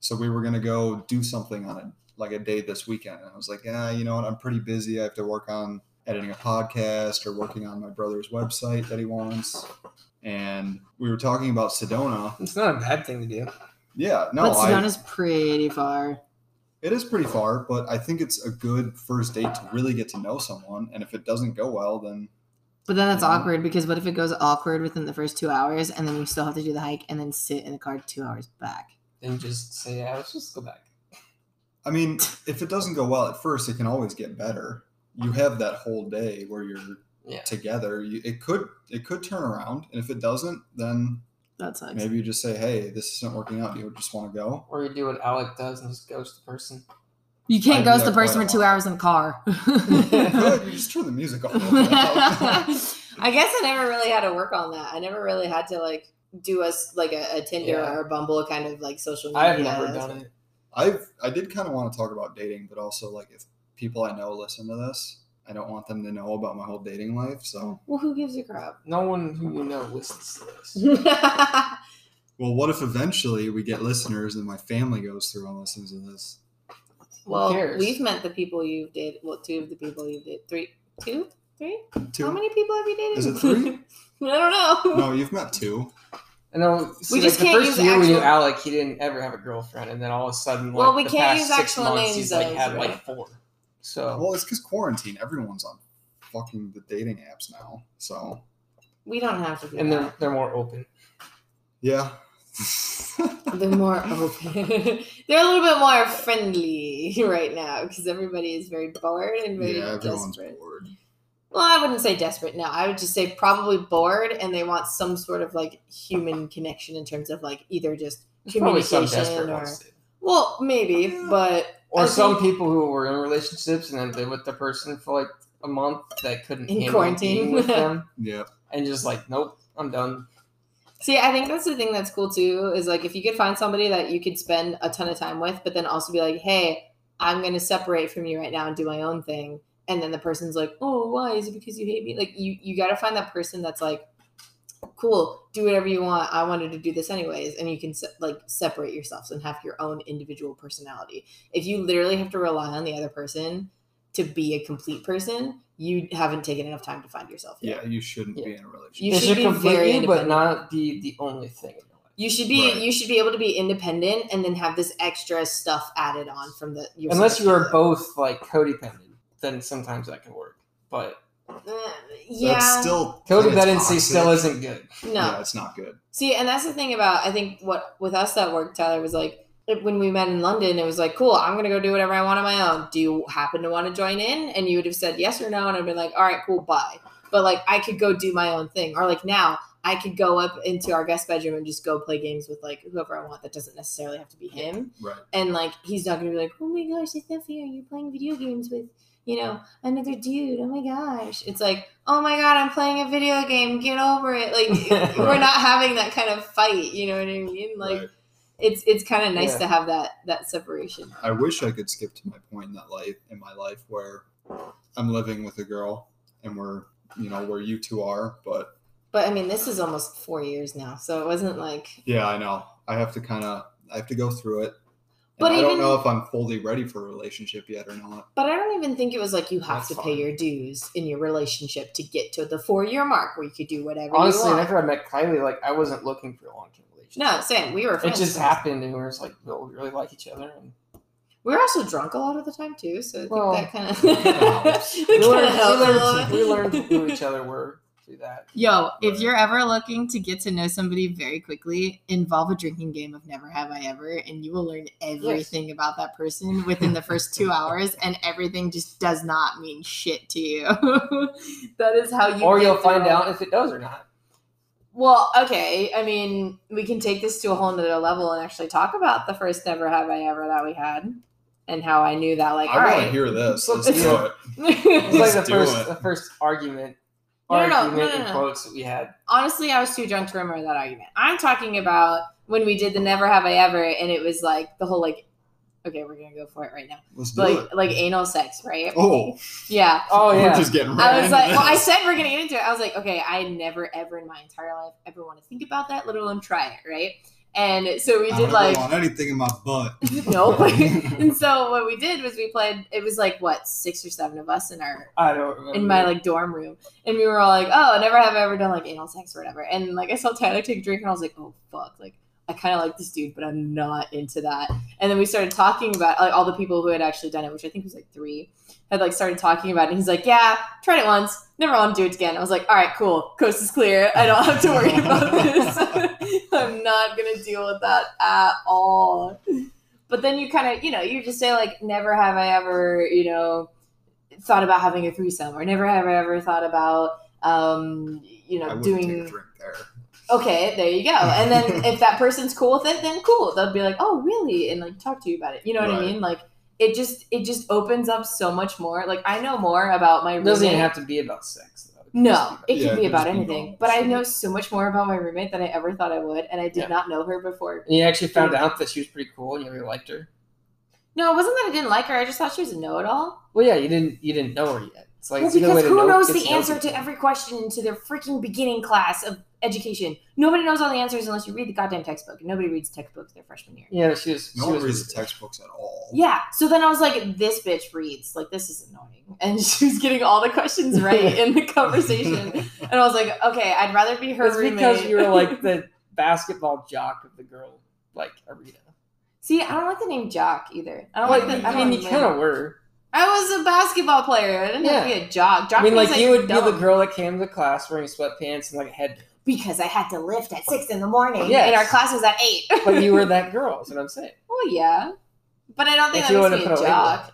So we were going to go do something on a, like a day this weekend. And I was like, yeah, you know what? I'm pretty busy. I have to work on editing a podcast or working on my brother's website that he wants. And we were talking about Sedona. It's not a bad thing to do. Yeah, no, but I, Sedona's pretty far. it is pretty far, but I think it's a good first date to really get to know someone. And if it doesn't go well, then But then that's Mhm. awkward because what if it goes awkward within the first two hours and then you still have to do the hike and then sit in the car two hours back? Then just say, yeah, let's just go back. I mean, if it doesn't go well at first, it can always get better. You have that whole day where you're Yeah. together. You, it could it could turn around, and if it doesn't, then That sucks. maybe you just say, "Hey, this isn't working out. Do you just want to go?" Or you do what Alec does and just ghost the person. You I do can't ghost that the person quite a for two lot. hours in the car. Good. You just turn the music off. I guess I never really had to work on that. I never really had to like do us like a, a Tinder Yeah. or a Bumble kind of like social media. I've never done it. I've I did kind of want to talk about dating, but also like if people I know listen to this, I don't want them to know about my whole dating life. So, Well, who gives a crap? No one who you know listens to this. That'd well, what if eventually we get listeners and my family goes through and listens to this? Well, who cares? we've met the people you've dated. Well, two of the people you've dated. Three, two, three. Two? How many people have you dated? Is it three? I don't know. No, you've met two. I know. see, just like, can't the first use year we knew actual- Alec, he didn't ever have a girlfriend, and then all of a sudden, like, Well, we the can't past use six actual months, names, he's like though, had right? like four. So Uh, Well, it's because quarantine. Everyone's on fucking the dating apps now. So We don't have to. Do and that. they're they're more open. yeah, They're more open. They're a little bit more friendly right now because everybody is very bored and very yeah, everyone's desperate. bored. Well, I wouldn't say desperate. No, I would just say probably bored, and they want some sort of like human connection in terms of like either just There's probably some Communication desperate or- ones, too. well, maybe, but or I some think- people who were in relationships and then lived with the person for like a month that couldn't In handle quarantine. being with them Yeah, and just like, nope, I'm done. See, I think that's the thing that's cool too is like if you could find somebody that you could spend a ton of time with, but then also be like, hey, I'm going to separate from you right now and do my own thing. And then the person's like, oh, why? Is it because you hate me? Like, you, you got to find that person that's like, cool, do whatever you want. I wanted to do this anyways. And you can se- like separate yourselves and have your own individual personality. If you literally have to rely on the other person to be a complete person, you haven't taken enough time to find yourself yet. Yeah, you shouldn't be in a You relationship. it should should be complete very you, but independent. not be the only thing. in your life. You should be Right. you should be able to be independent and then have this extra stuff added on from the your Unless you are side. both like codependent, then sometimes that can work. But Uh, That's yeah. still codependency still toxic. isn't good. no. Yeah, it's not good. See, and that's the thing about I think what with us that worked, Tyler was like when we met in London, it was like, cool, I'm gonna go do whatever I want on my own. Do you happen to want to join in? And you would have said yes or no, and I'd been like, all right, cool, bye. But like I could go do my own thing, or like now I could go up into our guest bedroom and just go play games with like whoever I want. That doesn't necessarily have to be him. Right. and like he's not gonna be like, oh my gosh, that's not fair. You're playing video games with you know another dude. Oh my gosh, it's like, oh my god, I'm playing a video game. Get over it. Like we're not having that kind of fight. You know what I mean? Like right. it's it's kind of nice Yeah. to have that that separation. I wish I could skip to my point in that life in my life where I'm living with a girl and we're you know where you two are, but But I mean, this is almost four years now, so it wasn't like yeah, I know I have to kind of I have to go through it. And But I don't even- know if I'm fully ready for a relationship yet or not. But I don't even think it was like you have That's to fine. pay your dues in your relationship to get to the four year mark where you could do whatever Honestly, you want. whenever I met Kylie, like I wasn't looking for a long term relationship. no, same. We were it friends. just happened, and we were just like, well, we really like each other, and We were also drunk a lot of the time too, so I think Well, that kind of helps. we learned, we learned, we learned who each other were through that. Yo, if Right. you're ever looking to get to know somebody very quickly, involve a drinking game of Never Have I Ever, and you will learn everything about that person within the first two hours, and everything just does not mean shit to you. that is how you. or get you'll find through- out if it does or not. Well, okay. I mean, we can take this to a whole nother level and actually talk about the first Never Have I Ever that we had, and how I knew that. Like, I all want right. to hear this. Let's Let's- do it. It's like the Let's do first, it. the first argument, No, no, no, argument no, no, in no. quotes that we had. honestly, I was too drunk to remember that argument. I'm talking about when we did the Never Have I Ever, and it was like the whole like, okay, we're gonna go for it right now, Let's do like it. like anal sex, right? Oh, Yeah. Oh we're yeah, just getting. Right I was into like, well, I this. said we're gonna get into it. I was like, okay, I never ever in my entire life ever want to think about that, let alone try it, right? And so we I did don't like want anything in my butt. nope. and so what we did was we played. It was like what six or seven of us in our I don't remember. in my like dorm room, and we were all like, "Oh, I never have I ever done like anal sex or whatever." And like I saw Tyler take a drink, and I was like, "Oh fuck!" Like I kind of like this dude, but I'm not into that. And then we started talking about like all the people who had actually done it, which I think was like three, had like started talking about it. And he's like, "Yeah, tried it once, never want to do it again." I was like, "All right, cool, coast is clear. I don't have to worry about this. I'm not gonna deal with that at all." But then you kind of, you know, you just say like, "Never have I ever," you know, thought about having a threesome or never have I ever thought about um you I know wouldn't take a doing drink there. okay there you go and then if that person's cool with it then cool they'll be like oh really and like talk to you about it you know what i Right. mean like it just it just opens up so much more like i know more about my it doesn't even roommate have to be about sex though. It can just be no about- it Yeah, could it be could about just be anything normal but i shit. know so much more about my roommate than i ever thought i would and i did Yeah. not know her before And you actually found out that she was pretty cool, and you really liked her. no it wasn't that i didn't like her i just thought she was a know-it-all Well, yeah, you didn't, you didn't know her yet. It's like Well, it's a good because way to who know- knows get the know answer to people. every question to their freaking beginning class of education? Nobody knows all the answers unless you read the goddamn textbook, and nobody reads textbooks their freshman year. Yeah, she was. No she one was reads the textbooks at all. Yeah. So then I was like, this bitch reads. Like, this is annoying. And she was getting all the questions right in the conversation. And I was like, okay, I'd rather be her It's roommate. because you were like the basketball jock of the girl like arena. See, I don't like the name Jock either. I don't Well, like the. I I mean, mean, you kind of were. I was a basketball player. I didn't have to be a jock. Jock I mean, means, like, you would dumb. be the girl that came to class wearing sweatpants and like a head, because I had to lift at six in the morning, Yes. and our class was at eight. but you were that girl. Is what I'm saying. Well, yeah, but I don't think If that you makes wanna me put a a label on jock.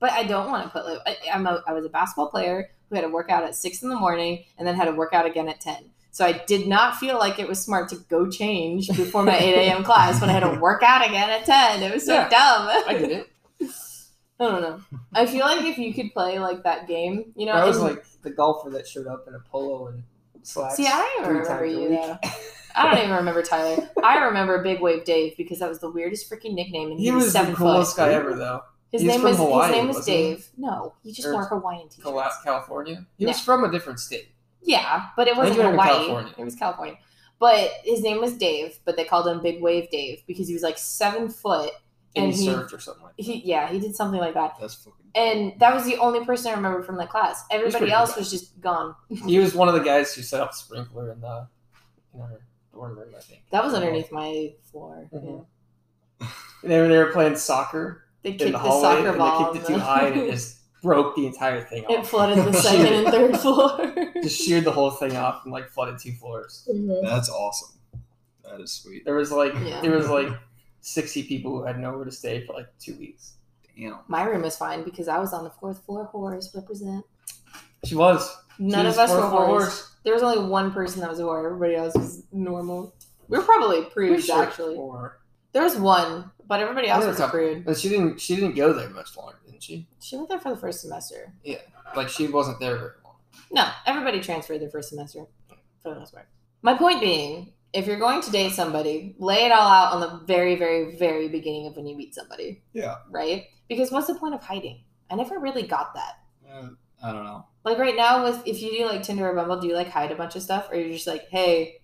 But I don't want to put. lab- I, I'm a. I was a basketball player who had to work out at six in the morning and then had to work out again at ten. So I did not feel like it was smart to go change before my eight a.m. class when I had to work out again at ten. It was so Yeah, dumb. I get it. I don't know. I feel like if you could play like that game, you know, I was and- like the golfer that showed up in a polo and slacks. See, I don't three remember times a you week. though. I don't even remember Tyler. I remember Big Wave Dave because that was the weirdest freaking nickname, and he, He was, was the seven coolest foot. guy ever, though. His He's name from was Hawaii, his name was wasn't he? Dave. No, he just Or wore Hawaiian t-shirts. Cala- California. He No. was from a different state. Yeah, but it I wasn't think it was in Hawaii. California. It was California. But his name was Dave, but they called him Big Wave Dave because he was like seven foot. And, And he, he- served or something like that. He yeah, he did something like that. That's fucking. And that was the only person I remember from that class. Everybody pretty good else guy. was just gone. He was one of the guys who set up sprinkler in the in our dorm room, I think. That was underneath my floor. Mhm. Yeah. And they were, they were playing soccer They in kicked the, the hallway, soccer and ball. they kicked it in too the- high, and it just broke the entire thing it off. flooded the second and third floor. just sheared the whole thing off and like flooded two floors. That's awesome. That is sweet. There was like Yeah. there was like sixty people who had nowhere to stay for like two weeks. Damn. my room was fine because I was on the fourth floor. Whores represent. She was. She None was of us were four whores. floors. There was only one person that was a whore. Everybody else was normal. We were probably Pretty prudes, sure actually. four. There was one, but everybody I else know was a a couple. prude. But she didn't she didn't go there much longer, didn't she? She went there for the first semester. Like she wasn't there very long. No, everybody transferred their first semester for the most part. My point being, if you're going to date somebody, lay it all out on the very, very, very beginning of when you meet somebody, Yeah. right? Because what's the point of hiding? I never really got that. Uh, I don't know. Like right now, with if you do like Tinder or Bumble, do you like hide a bunch of stuff, or you're just like, hey,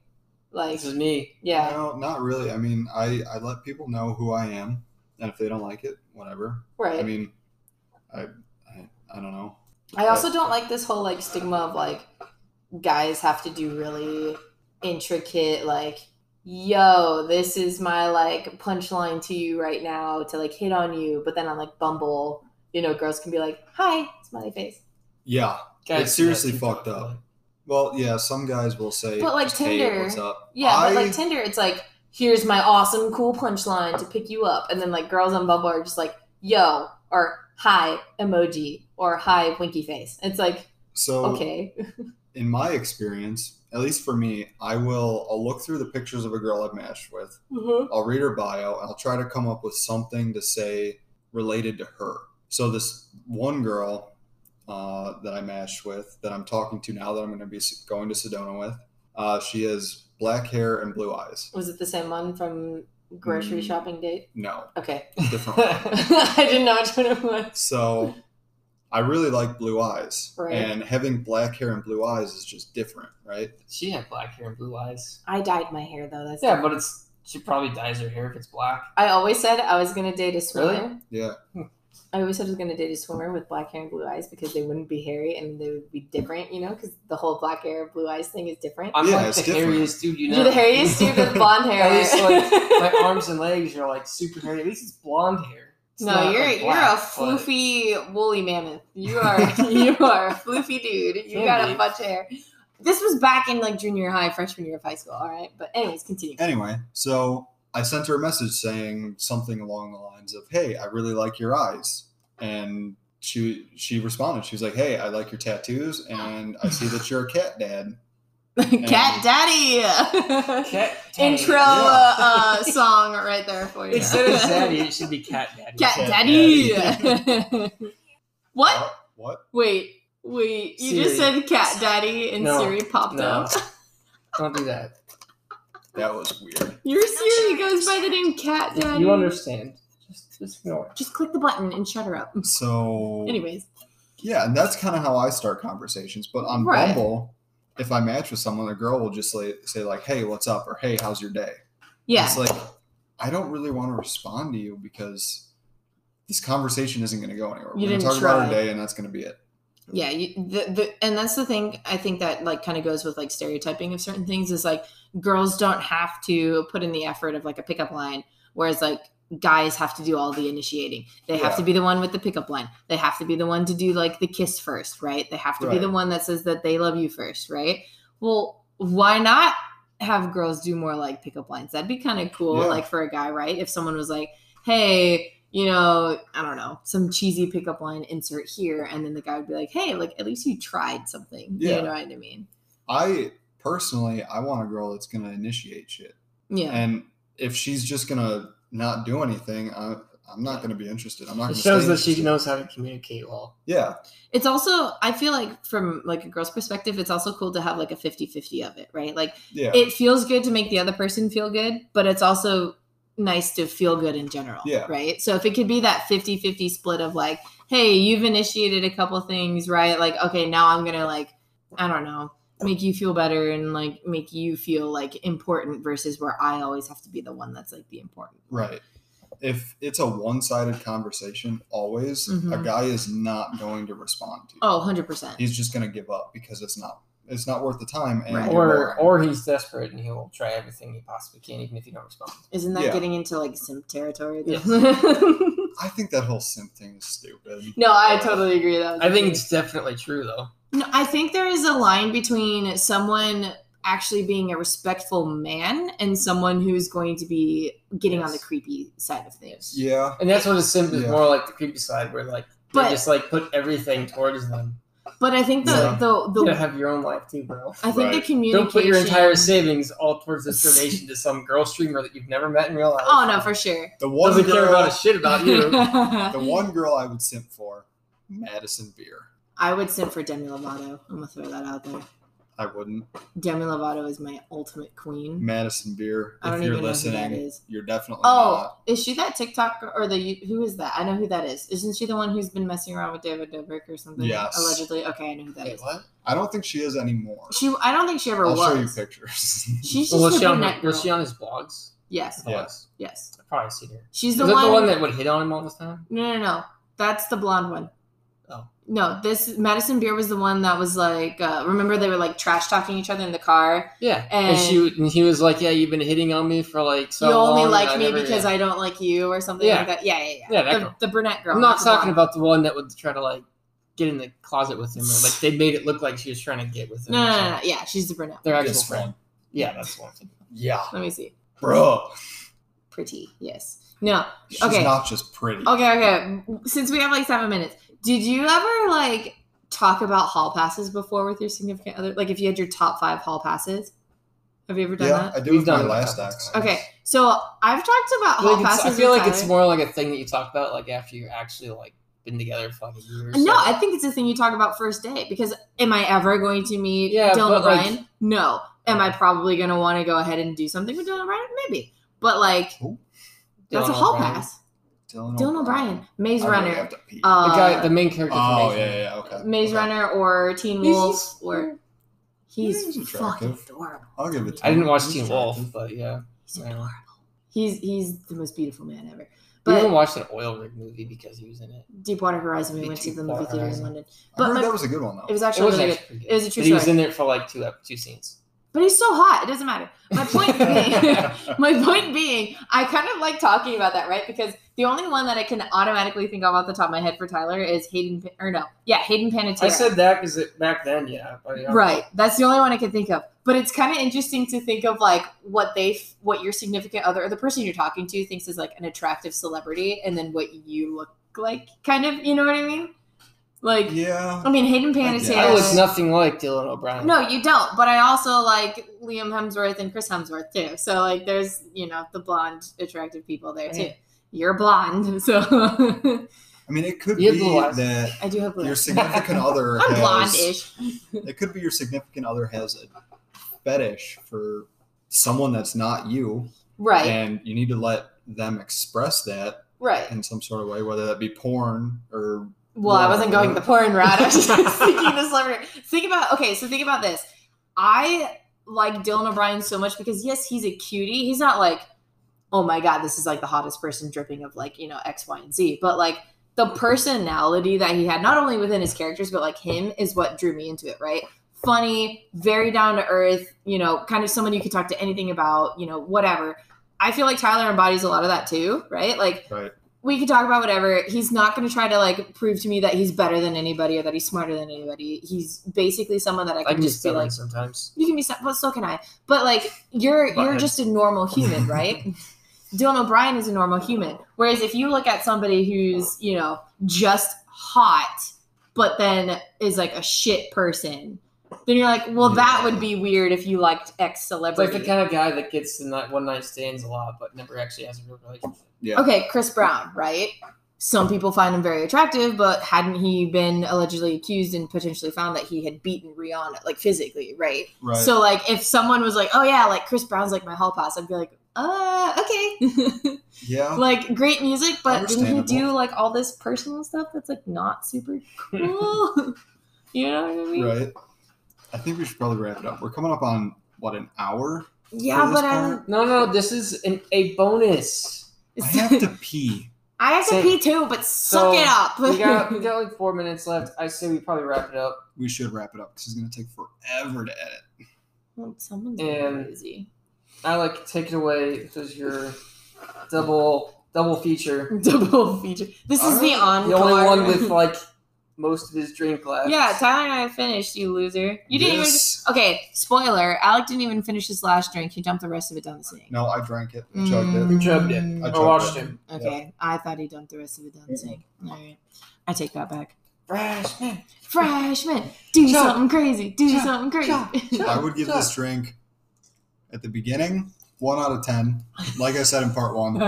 like, This is me. yeah, No, not really. I mean, I I let people know who I am, and if they don't like it, whatever. right? I mean, I I, I don't know. I also don't like this whole like stigma of like guys have to do really intricate like yo this is my like punchline to you right now to like hit on you but then on like Bumble you know girls can be like hi smiley face Yeah. Guys, It's seriously yeah, fucked up. Well, yeah. Some guys will say, But, like, just, "Hey, Tinder- what's up?" yeah I, but like Tinder it's like here's my awesome cool punchline to pick you up and then like girls on Bumble are just like yo or hi emoji or hi winky face it's like so okay in my experience, at least for me, I will I'll look through the pictures of a girl I've matched with. Mhm. I'll read her bio and I'll try to come up with something to say related to her. So this one girl uh, that I matched with, that I'm talking to now, that I'm going to be s- going to Sedona with, uh, she has black hair and blue eyes. was it the same one from grocery Mm. shopping date No, okay different. one. Totally. I didn't know which one it was. so I really like blue eyes, Right. and having black hair and blue eyes is just different, right? she had black hair and blue eyes. I dyed my hair though. That's Yeah, but it's she probably dyes her hair if it's black. I always said I was gonna date a swimmer. Hmm. Really? Yeah. I always said I was gonna date a swimmer with black hair and blue eyes because they wouldn't be hairy and they would be different, you know, because the whole black hair, blue eyes thing is different. I'm Yeah, like it's the different. hairiest dude you know. You're the hairiest dude with blonde hair. At least, like, my arms and legs are like super hairy. At least it's blonde hair. It's no, not, you're like, you're a black, but- floofy woolly mammoth. You are you are a floofy dude. You Can got be. a bunch of hair. This was back in like junior high, freshman year of high school. All right, but anyways, continue. Anyway, so I sent her a message saying something along the lines of, "Hey, I really like your eyes," and she she responded. She was like, "Hey, I like your tattoos, and I see that you're a cat dad." Cat Daddy. Cat daddy. intro Yeah. uh, uh, song right there for you. Instead of daddy, it should be cat daddy. Cat Cat Daddy. what? Uh, What? Wait, wait. You just Siri. said Cat Daddy and No, Siri popped No, up. don't do that. That was weird. Your Siri goes by the name Cat Daddy. You understand? Just, just ignore it. Just click the button and shut her up. Oh. So Anyways, yeah, and that's kind of how I start conversations. But on Right. Bumble, if I match with someone, the girl will just like, say like, "Hey, what's up?" or "Hey, how's your day?" yeah. It's like I don't really want to respond to you because this conversation isn't going to go anywhere. You We're going to didn't talk about our try. day, and that's going to be it. yeah you, the, the, and that's the thing i think that like kind of goes with like stereotyping of certain things is like girls don't have to put in the effort of like a pickup line whereas like guys have to do all the initiating they have Yeah. to be the one with the pickup line they have to be the one to do like the kiss first right they have to be Right. the one that says that they love you first right well why not have girls do more like pickup lines that'd be kind of cool Yeah. like for a guy right if someone was like hey, you know, I don't know, some cheesy pickup line insert here. And then the guy would be like, hey, like at least you tried something. Yeah. You know what I mean? I personally, I want a girl that's gonna initiate shit, Yeah. and if she's just gonna not do anything, I, I'm not going to be interested. I'm not. It Gonna shows stay that she interested. knows how to communicate well. Yeah, it's also i feel like from like a girl's perspective it's also cool to have like a 50-50 of it right like yeah, it feels good to make the other person feel good but it's also nice to feel good in general Yeah. right so if it could be that 50-50 split of like hey you've initiated a couple things right like okay now i'm gonna like i don't know make you feel better and like make you feel like important versus where i always have to be the one that's like the important right. If it's a one-sided conversation, always a Mm-hmm. Mhm. guy is not going to respond to. you. oh 100% He's just going to give up because it's not it's not worth the time. And Right. you're Or right. or he's desperate and he will try everything he possibly can, even if you don't respond. isn't that Yeah. getting into like simp territory Yes. I think that whole simp thing is stupid. No, I totally agree. That was I think it's definitely true though. no, I think there is a line between someone actually being a respectful man and someone who's going to be getting on the Yes. creepy side of things. Yeah, And that's what a simp is Yeah. more like the creepy side, where like they But- just like put everything towards them. But I think the Yeah. the, You the gotta have your own life too, bro. I think the Right. communication. Don't put your entire savings all towards this donation to some girl streamer that you've never met in real life. Oh no, for sure. the one doesn't girl, care about a shit about you. the one girl I would simp for, Madison Beer. I would send for Demi Lovato. I'm gonna throw that out there. I wouldn't. Demi Lovato is my ultimate queen. Madison Beer. I don't If you're even know who that listening, is. you're definitely Oh, not. is she that TikTok or the who is that? I know who that is. Isn't she the one who's been messing around with David Dobrik or something? Yes. Allegedly. Okay, I know who that is. what? I don't think she is anymore. She, I don't think she ever I'll was. show you pictures. She's just Well, was, the she on, brunette was she girl. on his blogs? Yes, Yeah. Blogs. yes. I probably seen her. She's Is the that one. the one that would hit on him all the time? No, no, no. That's the blonde one. Oh. No, this Madison Beer was the one that was like. Uh, remember, they were like trash talking each other in the car. Yeah. And- And, she would- and he was like, "Yeah, you've been hitting on me for like so you only long, like and I me never- because I don't like you, or something Yeah. like that. Yeah, yeah, yeah. Yeah, that the, girl. the brunette girl. I'm not the talking blonde. about the one that would try to like get in the closet with him. Or, like they made it look like she was trying to get with him. No, or no, no, something. no. Yeah, she's the brunette. Their actual This friend. one. Yeah, that's one thing. Yeah, Let me see. bro. Pretty. Yes. No. She's Okay. not just pretty. Okay. Okay. Since we have like seven minutes, did you ever like talk about hall passes before with your significant other? Like, if you had your top five hall passes, have you ever done Yeah, that? I did We've with my done it a last couple ex. times. Okay, so I've talked about hall Like, it's- passes. I feel with like it's Tyler. more like a thing that you talk about like after you actually like been together for like a year. Or No, so. I think it's a thing you talk about first date because am I ever going to meet Yeah, Dylan but, like- O'Brien? no. Am I probably going to want to go ahead and do something with Dylan O'Brien? Maybe. But like, that's a Dylan hall O'Brien. pass. Dylan O'Brien, Maze I really Runner, have to pee. uh, The guy, the main character. from oh Maze yeah, Runner. yeah, yeah, okay. Maze okay. Runner, or Teen He's- Wolf, or he's, he's fucking attractive. adorable. I'll give it. To I didn't him. watch He's Teen Wolf, attractive. but yeah, He's Yeah. adorable. He's he's the most beautiful man ever. we even But watched an oil rig movie because he was in it. Deepwater Horizon, we Be went to the Deepwater movie theater in Horizon. London. I But heard my- that was a good one It though. was It actually was really good. actually pretty good. It was a true But he was story. in there for like two ep- two scenes. But he's so hot. It doesn't matter. My point being, my point being, I kind of like talking about that, right? Because the only one that I can automatically think of off the top of my head for Tyler is Hayden, Pa- or no, yeah, Hayden Panettiere. I said that because back then, yeah, but, you know, right. That's the only one I can think of. But it's kind of interesting to think of like what they, f- what your significant other or the person you're talking to thinks is like an attractive celebrity, and then what you look like, kind of. You know what I mean? Like, Yeah. I mean, Hayden I Panettiere. I look nothing like Dylan O'Brien. No, you don't. But I also like Liam Hemsworth and Chris Hemsworth too. So like, there's you know the blonde attractive people there too. Right. You're blonde, so I mean, it could You have be blue eyes. that I do have blue. your significant other. I'm has, blonde-ish. It could be your significant other has a fetish for someone that's not you, Right, and you need to let them express that right. in some sort of way, whether that be porn or Well, I wasn't going the porn route. I was just thinking this celebrity. Think about okay. So think about this. I like Dylan O'Brien so much because yes, he's a cutie. He's not like, oh my god, this is like the hottest person dripping of like you know X, Y, and Z. But like the personality that he had, not only within his characters but like him, is what drew me into it. Right? Funny, very down to earth. You know, kind of someone you could talk to anything about. You know, whatever. I feel like Tyler embodies a lot of that too. Right? Like right. we could talk about whatever. He's not going to try to like prove to me that he's better than anybody or that he's smarter than anybody. He's basically someone that I I can can just just be like, sometimes. you can be, but so can I. But like, you're But- you're just a normal human, right? Dylan O'Brien is a normal human. Whereas if you look at somebody who's you know just hot, but then is like a shit person, then you're like, well, that Yeah. would be weird if you liked X It's like celebrity. the kind of guy that gets the night, one night stands a lot, but never actually has a real relationship. Yeah. okay, Chris Brown, right? Some people find him very attractive, but hadn't he been allegedly accused and potentially found that he had beaten Rihanna, like physically, right? Right. So, like, if someone was like, oh, yeah, like Chris Brown's like my hall pass, I'd be like, uh, okay. yeah. like, great music, but didn't he do Understandable. like all this personal stuff that's like not super cool? you know what I mean? Right. I think we should probably wrap it up. We're coming up on what an hour. Yeah, For this but I'm. part? No, no, this is an, a bonus. I have to pee. I have to Say- pee too, but suck So, it up. We got we got like four minutes left. I say we probably wrap it up. We should wrap it up because it's gonna take forever to edit. Well, Someone's And- crazy. Alec, take it away. This is your double double feature. Double feature. This is the encore. The only one with like most of his drink left. yeah, Tyler and I finished. You loser. You didn't This- even. Okay, spoiler. Alec didn't even finish his last drink. He dumped the rest of it down the sink. No, I drank it. I chugged it. You chugged it. Mm, I I jumped watched in. him. Okay, I thought he dumped the rest of it down the sink. All right, I take that back. Fresh man. Freshman, do Chug. something crazy. Do Chug, something crazy. chug, chug. I would give this drink at the beginning one out of ten. Like I said in part one.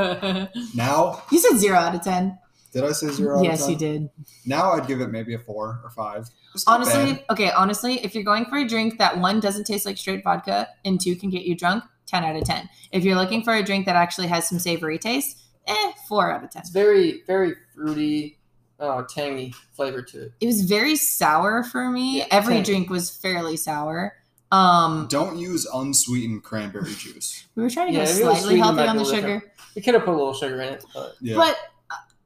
Now, you said zero out of ten. did I say zero? Out yes, of you 10? did. Now I'd give it maybe a four or five. It's not Honestly, bad. okay, honestly, if you're going for a drink that one doesn't taste like straight vodka and two can get you drunk, 10 out of 10. If you're looking for a drink that actually has some savory taste, eh, 4 out of 10. It's very very fruity, uh, tangy flavor to it. It was very sour for me. Yeah, Every same. drink was fairly sour. Um, don't use unsweetened cranberry juice. we were trying to Yeah, go if it was sweet, slightly it healthy might on the be a little sugar, We could have put a little sugar in it, but Yeah. but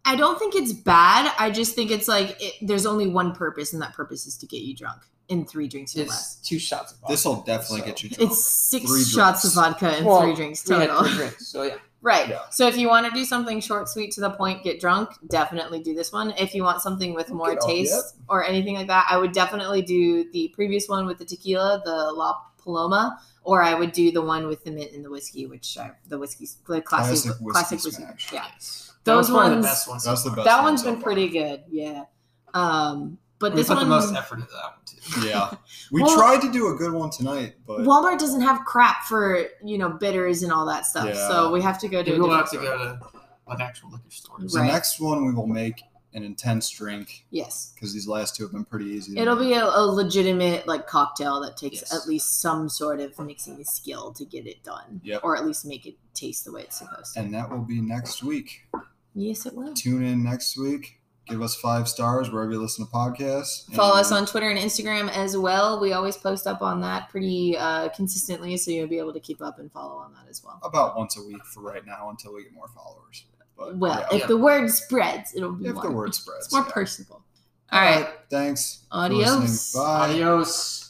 I don't think it's bad. I just think it's like it, there's only one purpose, and that purpose is to get you drunk in three drinks or less. it's two shots of vodka. this will definitely get you drunk. It's six Three shots of drinks. vodka and Well, three drinks We had total. three drinks, so yeah. Right. Yeah. So if you want to do something short, sweet, to the point, get drunk, definitely do this one. If you want something with more Good idea. taste or anything like that, I would definitely do the previous one with the tequila, the La Paloma, or I would do the one with the mint and the whiskey, which I, the whiskey, the classic, Classic whiskey classic whiskey. smash. Yeah, That those was probably ones. the best ones. That's the best. that one one's so been far. pretty good. Yeah. Um, but we this put one, the most effort into that one too. Yeah, we Well- tried to do a good one tonight, but Walmart doesn't have crap for you know bitters and all that stuff, Yeah. so we have to go to. Maybe a we'll different have to store. go to an actual liquor store. the right. next one we will make an intense drink Yes. because these last two have been pretty easy. to It'll make. be a, a legitimate like cocktail that takes Yes. at least some sort of mixing skill to get it done, Yep. or at least make it taste the way it's supposed to. and that will be next week. yes, it will. Tune in next week. Give us five stars wherever you listen to podcasts. Follow us and- on Twitter and Instagram as well. We always post up on that pretty uh, consistently, so you'll be able to keep up and follow on that as well. about once a week for right now until we get more followers. But Well, Oh, yeah, if the word spreads, it'll be if more. the word spreads, it's more yeah. personable. All right, Thanks. for Adios. listening. Bye. Adios.